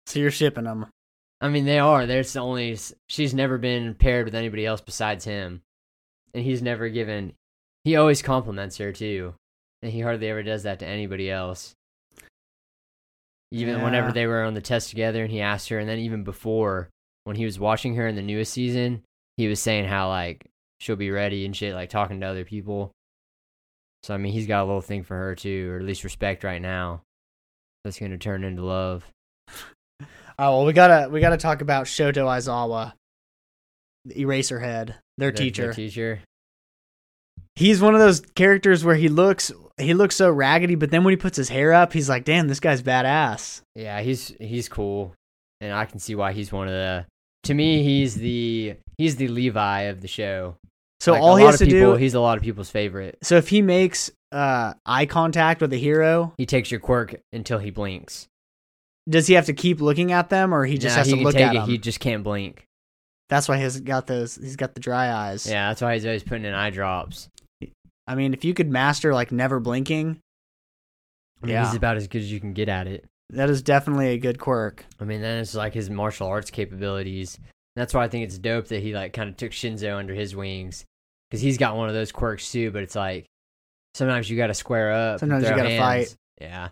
Speaker 1: So you're shipping them.
Speaker 2: mean, they are. There's the only. She's never been paired with anybody else besides him, and he's never given. He always compliments her too, and he hardly ever does that to anybody else. Even whenever
Speaker 1: Yeah.
Speaker 2: they were on the test together, and he asked her, and then even before when he was watching her in the newest season, he was saying how like she'll be ready and shit, like talking to other people. So I mean, he's got a little thing for her too, or at least respect right now. That's gonna turn into love.
Speaker 1: Oh well, we gotta we gotta talk about Shoto Aizawa, the Eraserhead, their teacher.
Speaker 2: teacher.
Speaker 1: he's one of those characters where he looks he looks so raggedy, but then when he puts his hair up, he's like, "Damn, this guy's badass."
Speaker 2: Yeah, he's he's cool, and I can see why he's one of the. To me, he's the he's the Levi of the show.
Speaker 1: So
Speaker 2: Like,
Speaker 1: all
Speaker 2: a
Speaker 1: he
Speaker 2: lot
Speaker 1: has to
Speaker 2: of people,
Speaker 1: do.
Speaker 2: he's a lot of people's favorite.
Speaker 1: So if he makes uh, eye contact with a hero,
Speaker 2: He takes your quirk until he blinks.
Speaker 1: does he have to keep looking at them, or he just
Speaker 2: Nah,
Speaker 1: has to
Speaker 2: can
Speaker 1: look
Speaker 2: take
Speaker 1: at
Speaker 2: it,
Speaker 1: them?
Speaker 2: He just can't blink.
Speaker 1: That's why he's got those. He's got the dry eyes.
Speaker 2: Yeah, that's why he's always putting in eye drops.
Speaker 1: I mean, if you could master like never blinking,
Speaker 2: I mean,
Speaker 1: Yeah.
Speaker 2: he's about as good as you can get at it.
Speaker 1: that is definitely a good quirk.
Speaker 2: I mean, then it's like his martial arts capabilities. That's why I think it's dope that he like kind of took Shinzo under his wings because he's got one of those quirks too. But it's like sometimes you got to square up. and
Speaker 1: Sometimes you
Speaker 2: throw
Speaker 1: gotta
Speaker 2: hands. Yeah.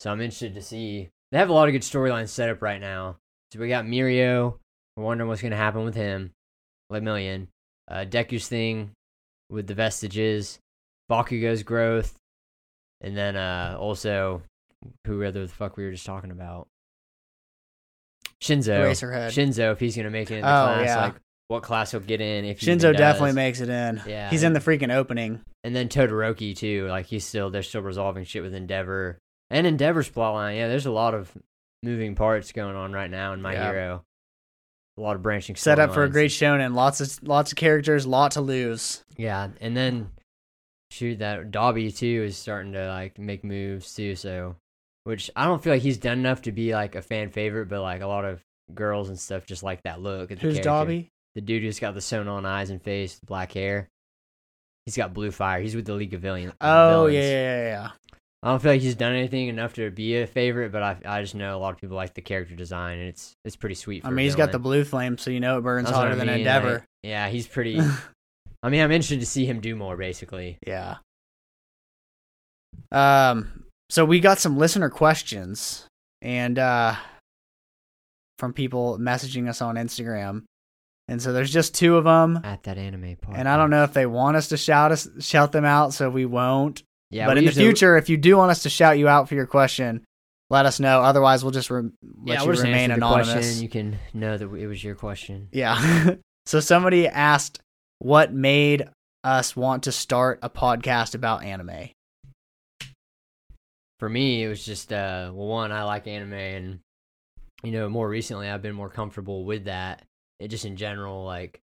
Speaker 2: So I'm interested to see. They have a lot of good storylines set up right now. So we got Mirio. We're wondering what's gonna happen with him. Lemillion. Uh, Deku's thing with the vestiges. Bakugo's growth. And then uh, also, whoever the fuck we were just talking about. Shinzo.
Speaker 1: Eraserhead.
Speaker 2: Shinzo, if he's gonna make it in the
Speaker 1: Oh,
Speaker 2: class,
Speaker 1: yeah.
Speaker 2: like what class he'll get in. If he even
Speaker 1: Shinzo definitely
Speaker 2: does.
Speaker 1: makes it in.
Speaker 2: Yeah,
Speaker 1: he's in the freaking opening.
Speaker 2: and then Todoroki too. Like he's still they're still resolving shit with Endeavor and Endeavor's plotline. Yeah, there's a lot of moving parts going on right now in My
Speaker 1: Yeah.
Speaker 2: Hero. A lot of branching.
Speaker 1: Set up for a
Speaker 2: storylines.
Speaker 1: great shonen. Lots of lots of characters. Lot to lose.
Speaker 2: Yeah, and then shoot that Dobby too is starting to like make moves too. So, which I don't feel like he's done enough to be like a fan favorite, but like a lot of girls and stuff just like that look. At the
Speaker 1: Who's
Speaker 2: character.
Speaker 1: Dobby?
Speaker 2: The dude who's got the sewn on eyes and face, black hair. He's got blue fire. He's with the League of Villain-
Speaker 1: Oh
Speaker 2: Villains.
Speaker 1: yeah, yeah, yeah, yeah.
Speaker 2: I don't feel like he's done anything enough to be a favorite, but I I just know a lot of people like the character design and it's it's pretty sweet. For
Speaker 1: I
Speaker 2: a
Speaker 1: mean, he's got the
Speaker 2: villain.
Speaker 1: blue flame, so you know it burns
Speaker 2: That's what
Speaker 1: hotter
Speaker 2: I
Speaker 1: than
Speaker 2: mean,
Speaker 1: Endeavor.
Speaker 2: like, yeah, he's pretty. I mean, I'm interested to see him do more. Basically,
Speaker 1: yeah. Um. So we got some listener questions, and uh, from people messaging us on Instagram, and so there's just two of them,
Speaker 2: at that anime part.
Speaker 1: and I don't know if they want us to shout us shout them out, so we won't.
Speaker 2: Yeah,
Speaker 1: but
Speaker 2: we
Speaker 1: in the
Speaker 2: usually-
Speaker 1: future, if you do want us to shout you out for your question, let us know. Otherwise, we'll just re-
Speaker 2: yeah,
Speaker 1: let
Speaker 2: we'll
Speaker 1: you
Speaker 2: just
Speaker 1: remain
Speaker 2: answer the
Speaker 1: anonymous.
Speaker 2: Question, you can know that it was your question.
Speaker 1: Yeah. so somebody asked what made us want to start a podcast about anime.
Speaker 2: for me, it was just uh, well, one, I like anime, and you know, more recently, I've been more comfortable with that. It just in general, like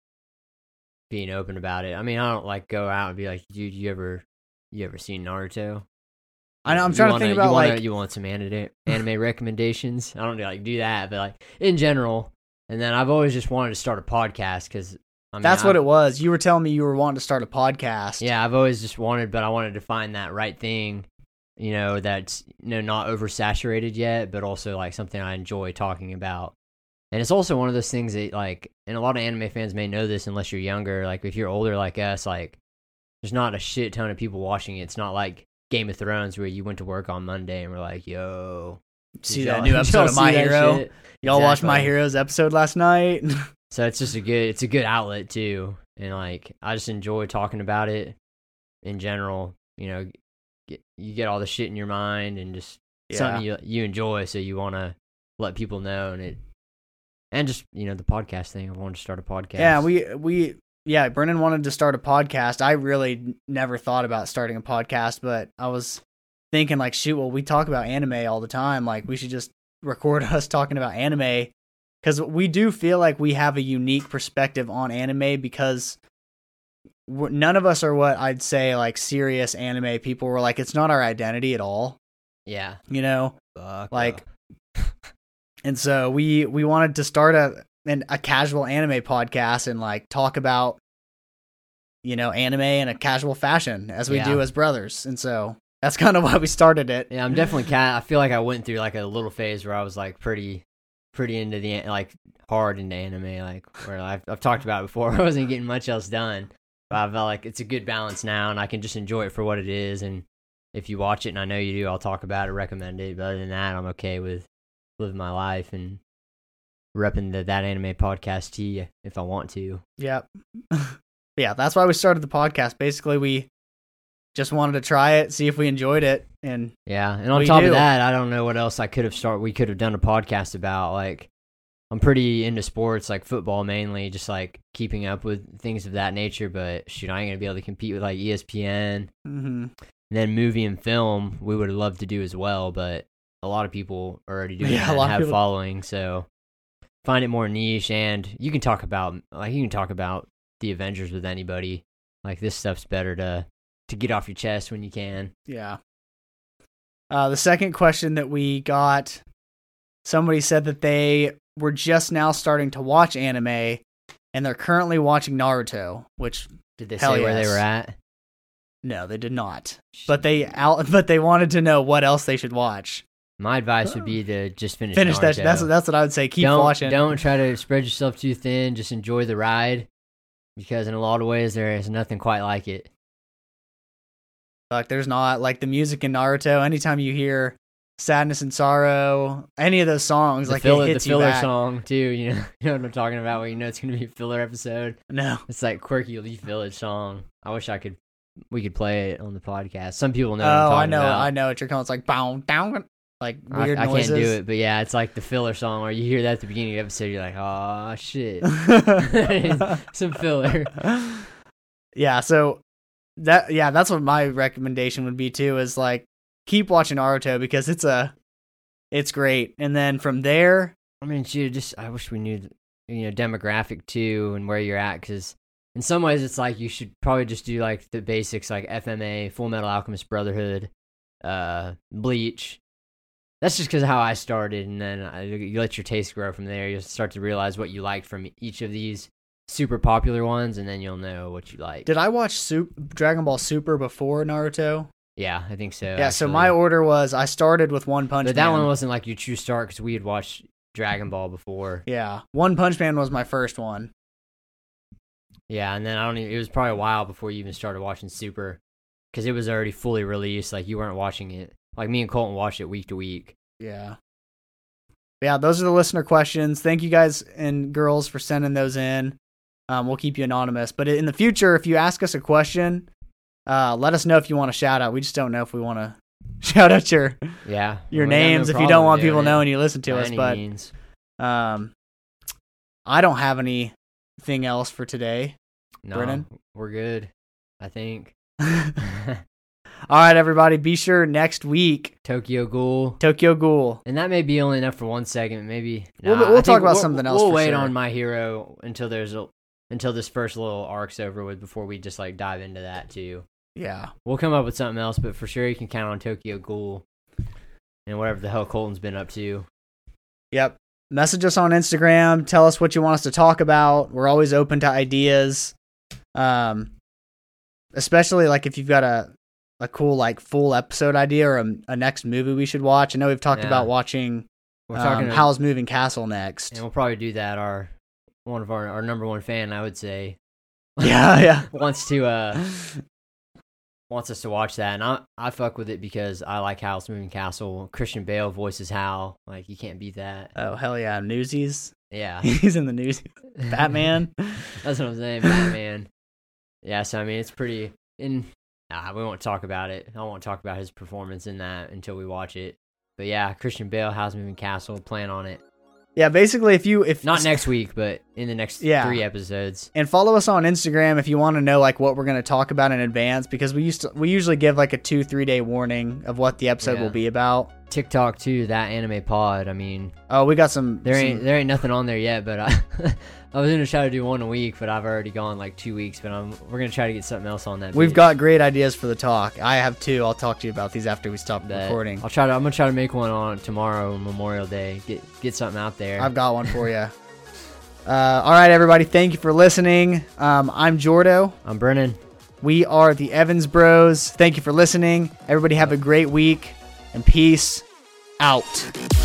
Speaker 2: being open about it. I mean, I don't like go out and be like, dude, you ever, you ever seen Naruto?
Speaker 1: I know, I'm
Speaker 2: You
Speaker 1: trying to
Speaker 2: wanna-
Speaker 1: think
Speaker 2: you
Speaker 1: about
Speaker 2: wanna-
Speaker 1: like
Speaker 2: you want some anime anime recommendations. I don't like do that, but like in general. And then I've always just wanted to start a podcast because I mean,
Speaker 1: that's
Speaker 2: I-
Speaker 1: what it was. You were telling me you were wanting to start a podcast.
Speaker 2: Yeah, I've always just wanted, but I wanted to find that right thing, you know, that's you know not oversaturated yet, but also like something I enjoy talking about. And it's also one of those things that like, and a lot of anime fans may know this unless you're younger. Like if you're older like us, like there's not a shit ton of people watching it. It's not like Game of Thrones where you went to work on Monday and were like, yo,
Speaker 1: See
Speaker 2: Did
Speaker 1: that
Speaker 2: y'all-
Speaker 1: new
Speaker 2: did
Speaker 1: episode
Speaker 2: y'all
Speaker 1: of My
Speaker 2: see that
Speaker 1: Hero?
Speaker 2: shit?
Speaker 1: Y'all watched My
Speaker 2: Exactly.
Speaker 1: Heroes episode last night.
Speaker 2: So it's just a good it's a good outlet too. And like I just enjoy talking about it in general. You know, get, you get all the shit in your mind and just something you you enjoy so you want to let people know and it and just, you know, the podcast thing. I wanted to start a podcast.
Speaker 1: Yeah, we we yeah, Brennan wanted to start a podcast. I really n- never thought about starting a podcast, but I was thinking like, shoot, well, we talk about anime all the time. Like, we should just record us talking about anime because we do feel like we have a unique perspective on anime because we none of us are what I'd say like serious anime people. We're like, it's not our identity at all,
Speaker 2: Yeah.
Speaker 1: you know.
Speaker 2: Fuck
Speaker 1: Like,
Speaker 2: uh,
Speaker 1: And so we we wanted to start a an, a casual anime podcast and like talk about you know anime in a casual fashion as we
Speaker 2: Yeah.
Speaker 1: do as brothers. And so that's kind of why we started it.
Speaker 2: Yeah, I'm definitely cat. I feel like I went through like a little phase where I was like pretty, pretty into the an- like hard into anime, like where I've, I've talked about it before. I wasn't getting much else done, but I felt like it's a good balance now, and I can just enjoy it for what it is. And if you watch it, and I know you do, I'll talk about it, recommend it. But other than that, I'm okay with living my life and repping the that anime podcast tea if I want to.
Speaker 1: Yep. yeah, that's why we started the podcast. Basically, we just wanted to try it, see if we enjoyed it, and
Speaker 2: Yeah, and on
Speaker 1: We
Speaker 2: top
Speaker 1: do.
Speaker 2: of that, I don't know what else I could have start. We could have done a podcast about like I'm pretty into sports, like football mainly, just like keeping up with things of that nature. But shoot, I ain't gonna be able to compete with like E ESPN.
Speaker 1: mhm.
Speaker 2: And then movie and film, we would love to do as well, but a lot of people are already doing
Speaker 1: Yeah, a
Speaker 2: that and
Speaker 1: lot of
Speaker 2: have
Speaker 1: people-
Speaker 2: following, so find it more niche. And you can talk about like you can talk about the Avengers with anybody. Like this stuff's better to to get off your chest when you can.
Speaker 1: Yeah. Uh, the second question that we got somebody said that they were just now starting to watch anime and they're currently watching Naruto, which
Speaker 2: Did they
Speaker 1: Hell
Speaker 2: say where they
Speaker 1: yes.
Speaker 2: were at?
Speaker 1: no, they did not. But they out but they wanted to know what else they should watch.
Speaker 2: My advice would be to just finish.
Speaker 1: Oh. Finish that
Speaker 2: Naruto.
Speaker 1: that's that's what I would say. Keep
Speaker 2: don't,
Speaker 1: watching.
Speaker 2: Don't try to spread yourself too thin. Just enjoy the ride, because in a lot of ways there is nothing quite like it.
Speaker 1: Like there's not like the music in Naruto, anytime you hear sadness and sorrow, any of those songs,
Speaker 2: The
Speaker 1: like
Speaker 2: filler,
Speaker 1: it
Speaker 2: the
Speaker 1: hits you
Speaker 2: filler
Speaker 1: back.
Speaker 2: song too. You know, you know what I'm talking about. Where you know it's gonna be a filler episode.
Speaker 1: No.
Speaker 2: It's like quirky Leaf Village song. I wish I could. We could play it on the podcast. Some people know. what I'm
Speaker 1: oh, I
Speaker 2: talking
Speaker 1: know,
Speaker 2: about.
Speaker 1: I know what you're calling. It's like bow down like
Speaker 2: I-
Speaker 1: weird
Speaker 2: I,
Speaker 1: noises.
Speaker 2: can't do it, but yeah, it's like the filler song where you hear that at the beginning of the episode. You're like, oh shit, some filler.
Speaker 1: yeah, so that yeah, that's what my recommendation would be too is like keep watching Naruto because it's a it's great. And then from there,
Speaker 2: I mean, shoot, just I wish we knew, th- you know, demographic too and where you're at, because in some ways it's like you should probably just do like the basics, like FMA, Full Metal Alchemist Brotherhood, uh, Bleach. That's just because how I started, and then I, you let your taste grow from there. You'll start to realize what you like from each of these super popular ones, and then you'll know what you like.
Speaker 1: did I watch Sup Dragon Ball Super before Naruto?
Speaker 2: yeah, I think so.
Speaker 1: Yeah, so
Speaker 2: actually.
Speaker 1: my order was I started with One Punch
Speaker 2: but that
Speaker 1: Man.
Speaker 2: one wasn't like your true start because we had watched Dragon Ball before.
Speaker 1: yeah, One Punch Man was my first one.
Speaker 2: Yeah, and then I don't. Even, it was probably a while before you even started watching Super, because it was already fully released. Like you weren't watching it. Like me and Colton watched it week to week.
Speaker 1: Yeah. Yeah, those are the listener questions. Thank you guys and girls for sending those in. Um, we'll keep you anonymous. But in the future, if you ask us a question, uh, let us know if you want a shout out. We just don't know if we want to shout out your
Speaker 2: Yeah,
Speaker 1: your
Speaker 2: we got no
Speaker 1: names if you don't
Speaker 2: problem
Speaker 1: want
Speaker 2: doing
Speaker 1: people
Speaker 2: it
Speaker 1: knowing you listen to
Speaker 2: by
Speaker 1: us.
Speaker 2: any
Speaker 1: But
Speaker 2: means.
Speaker 1: um, I don't have anything else for today.
Speaker 2: no,
Speaker 1: Brennan?
Speaker 2: we're good. I think
Speaker 1: All right, everybody, be sure next week
Speaker 2: Tokyo Ghoul,
Speaker 1: Tokyo Ghoul.
Speaker 2: and that may be only enough for one segment. Maybe
Speaker 1: We'll-
Speaker 2: Nah, I
Speaker 1: we'll
Speaker 2: think
Speaker 1: talk about
Speaker 2: we'll-
Speaker 1: something else
Speaker 2: We'll
Speaker 1: for
Speaker 2: wait
Speaker 1: sure.
Speaker 2: on My Hero until there's a until this first little arc's over with before we just like dive into that too.
Speaker 1: Yeah,
Speaker 2: We'll come up with something else, but for sure you can count on Tokyo Ghoul and whatever the hell Colton's been up to.
Speaker 1: Yep. Message us on Instagram. Tell us what you want us to talk about. We're always open to ideas. Um, especially like if you've got a a cool like full episode idea or a, a next movie we should watch. I know we've talked
Speaker 2: Yeah.
Speaker 1: about watching
Speaker 2: We're
Speaker 1: um,
Speaker 2: talking how,
Speaker 1: Howl's Moving Castle next.
Speaker 2: and we'll probably do that. Our one of our our number one fan, I would say,
Speaker 1: yeah,
Speaker 2: wants to uh
Speaker 1: yeah.
Speaker 2: wants us to watch that, and I I fuck with it because I like Howl's Moving Castle. Christian Bale voices Hal. Like you can't beat that.
Speaker 1: Oh hell yeah, Newsies.
Speaker 2: Yeah,
Speaker 1: He's in the news. Batman.
Speaker 2: That's what I'm saying, Batman. yeah, so I mean, it's pretty. And nah, we won't talk about it. I won't talk about his performance in that until we watch it. But yeah, Christian Bale, House Moving Castle, plan on it.
Speaker 1: yeah, basically, if you if
Speaker 2: Not next week, but in the next
Speaker 1: Yeah.
Speaker 2: three episodes.
Speaker 1: and follow us on Instagram if you want to know like what we're going to talk about in advance because we used to we usually give like a 2 3 day warning of what the episode
Speaker 2: Yeah.
Speaker 1: will be about.
Speaker 2: TikTok too, that anime pod. I mean,
Speaker 1: Oh, we got some
Speaker 2: there
Speaker 1: some-
Speaker 2: ain't there ain't nothing on there yet, but I I was gonna try to do one a week, but I've already gone like two weeks. But I'm we're gonna try to get something else on that.
Speaker 1: We've
Speaker 2: bitch.
Speaker 1: got great ideas for the talk. I have two. I'll talk to you about these after we stop
Speaker 2: That-
Speaker 1: recording.
Speaker 2: I'll try to. I'm gonna try to make one on tomorrow, Memorial Day. Get get something out there.
Speaker 1: I've got one for you. Uh, all right, everybody. Thank you for listening. Um, I'm Jordo.
Speaker 2: I'm Brennan.
Speaker 1: We are the Evans Bros. Thank you for listening. Everybody have a great week and peace out.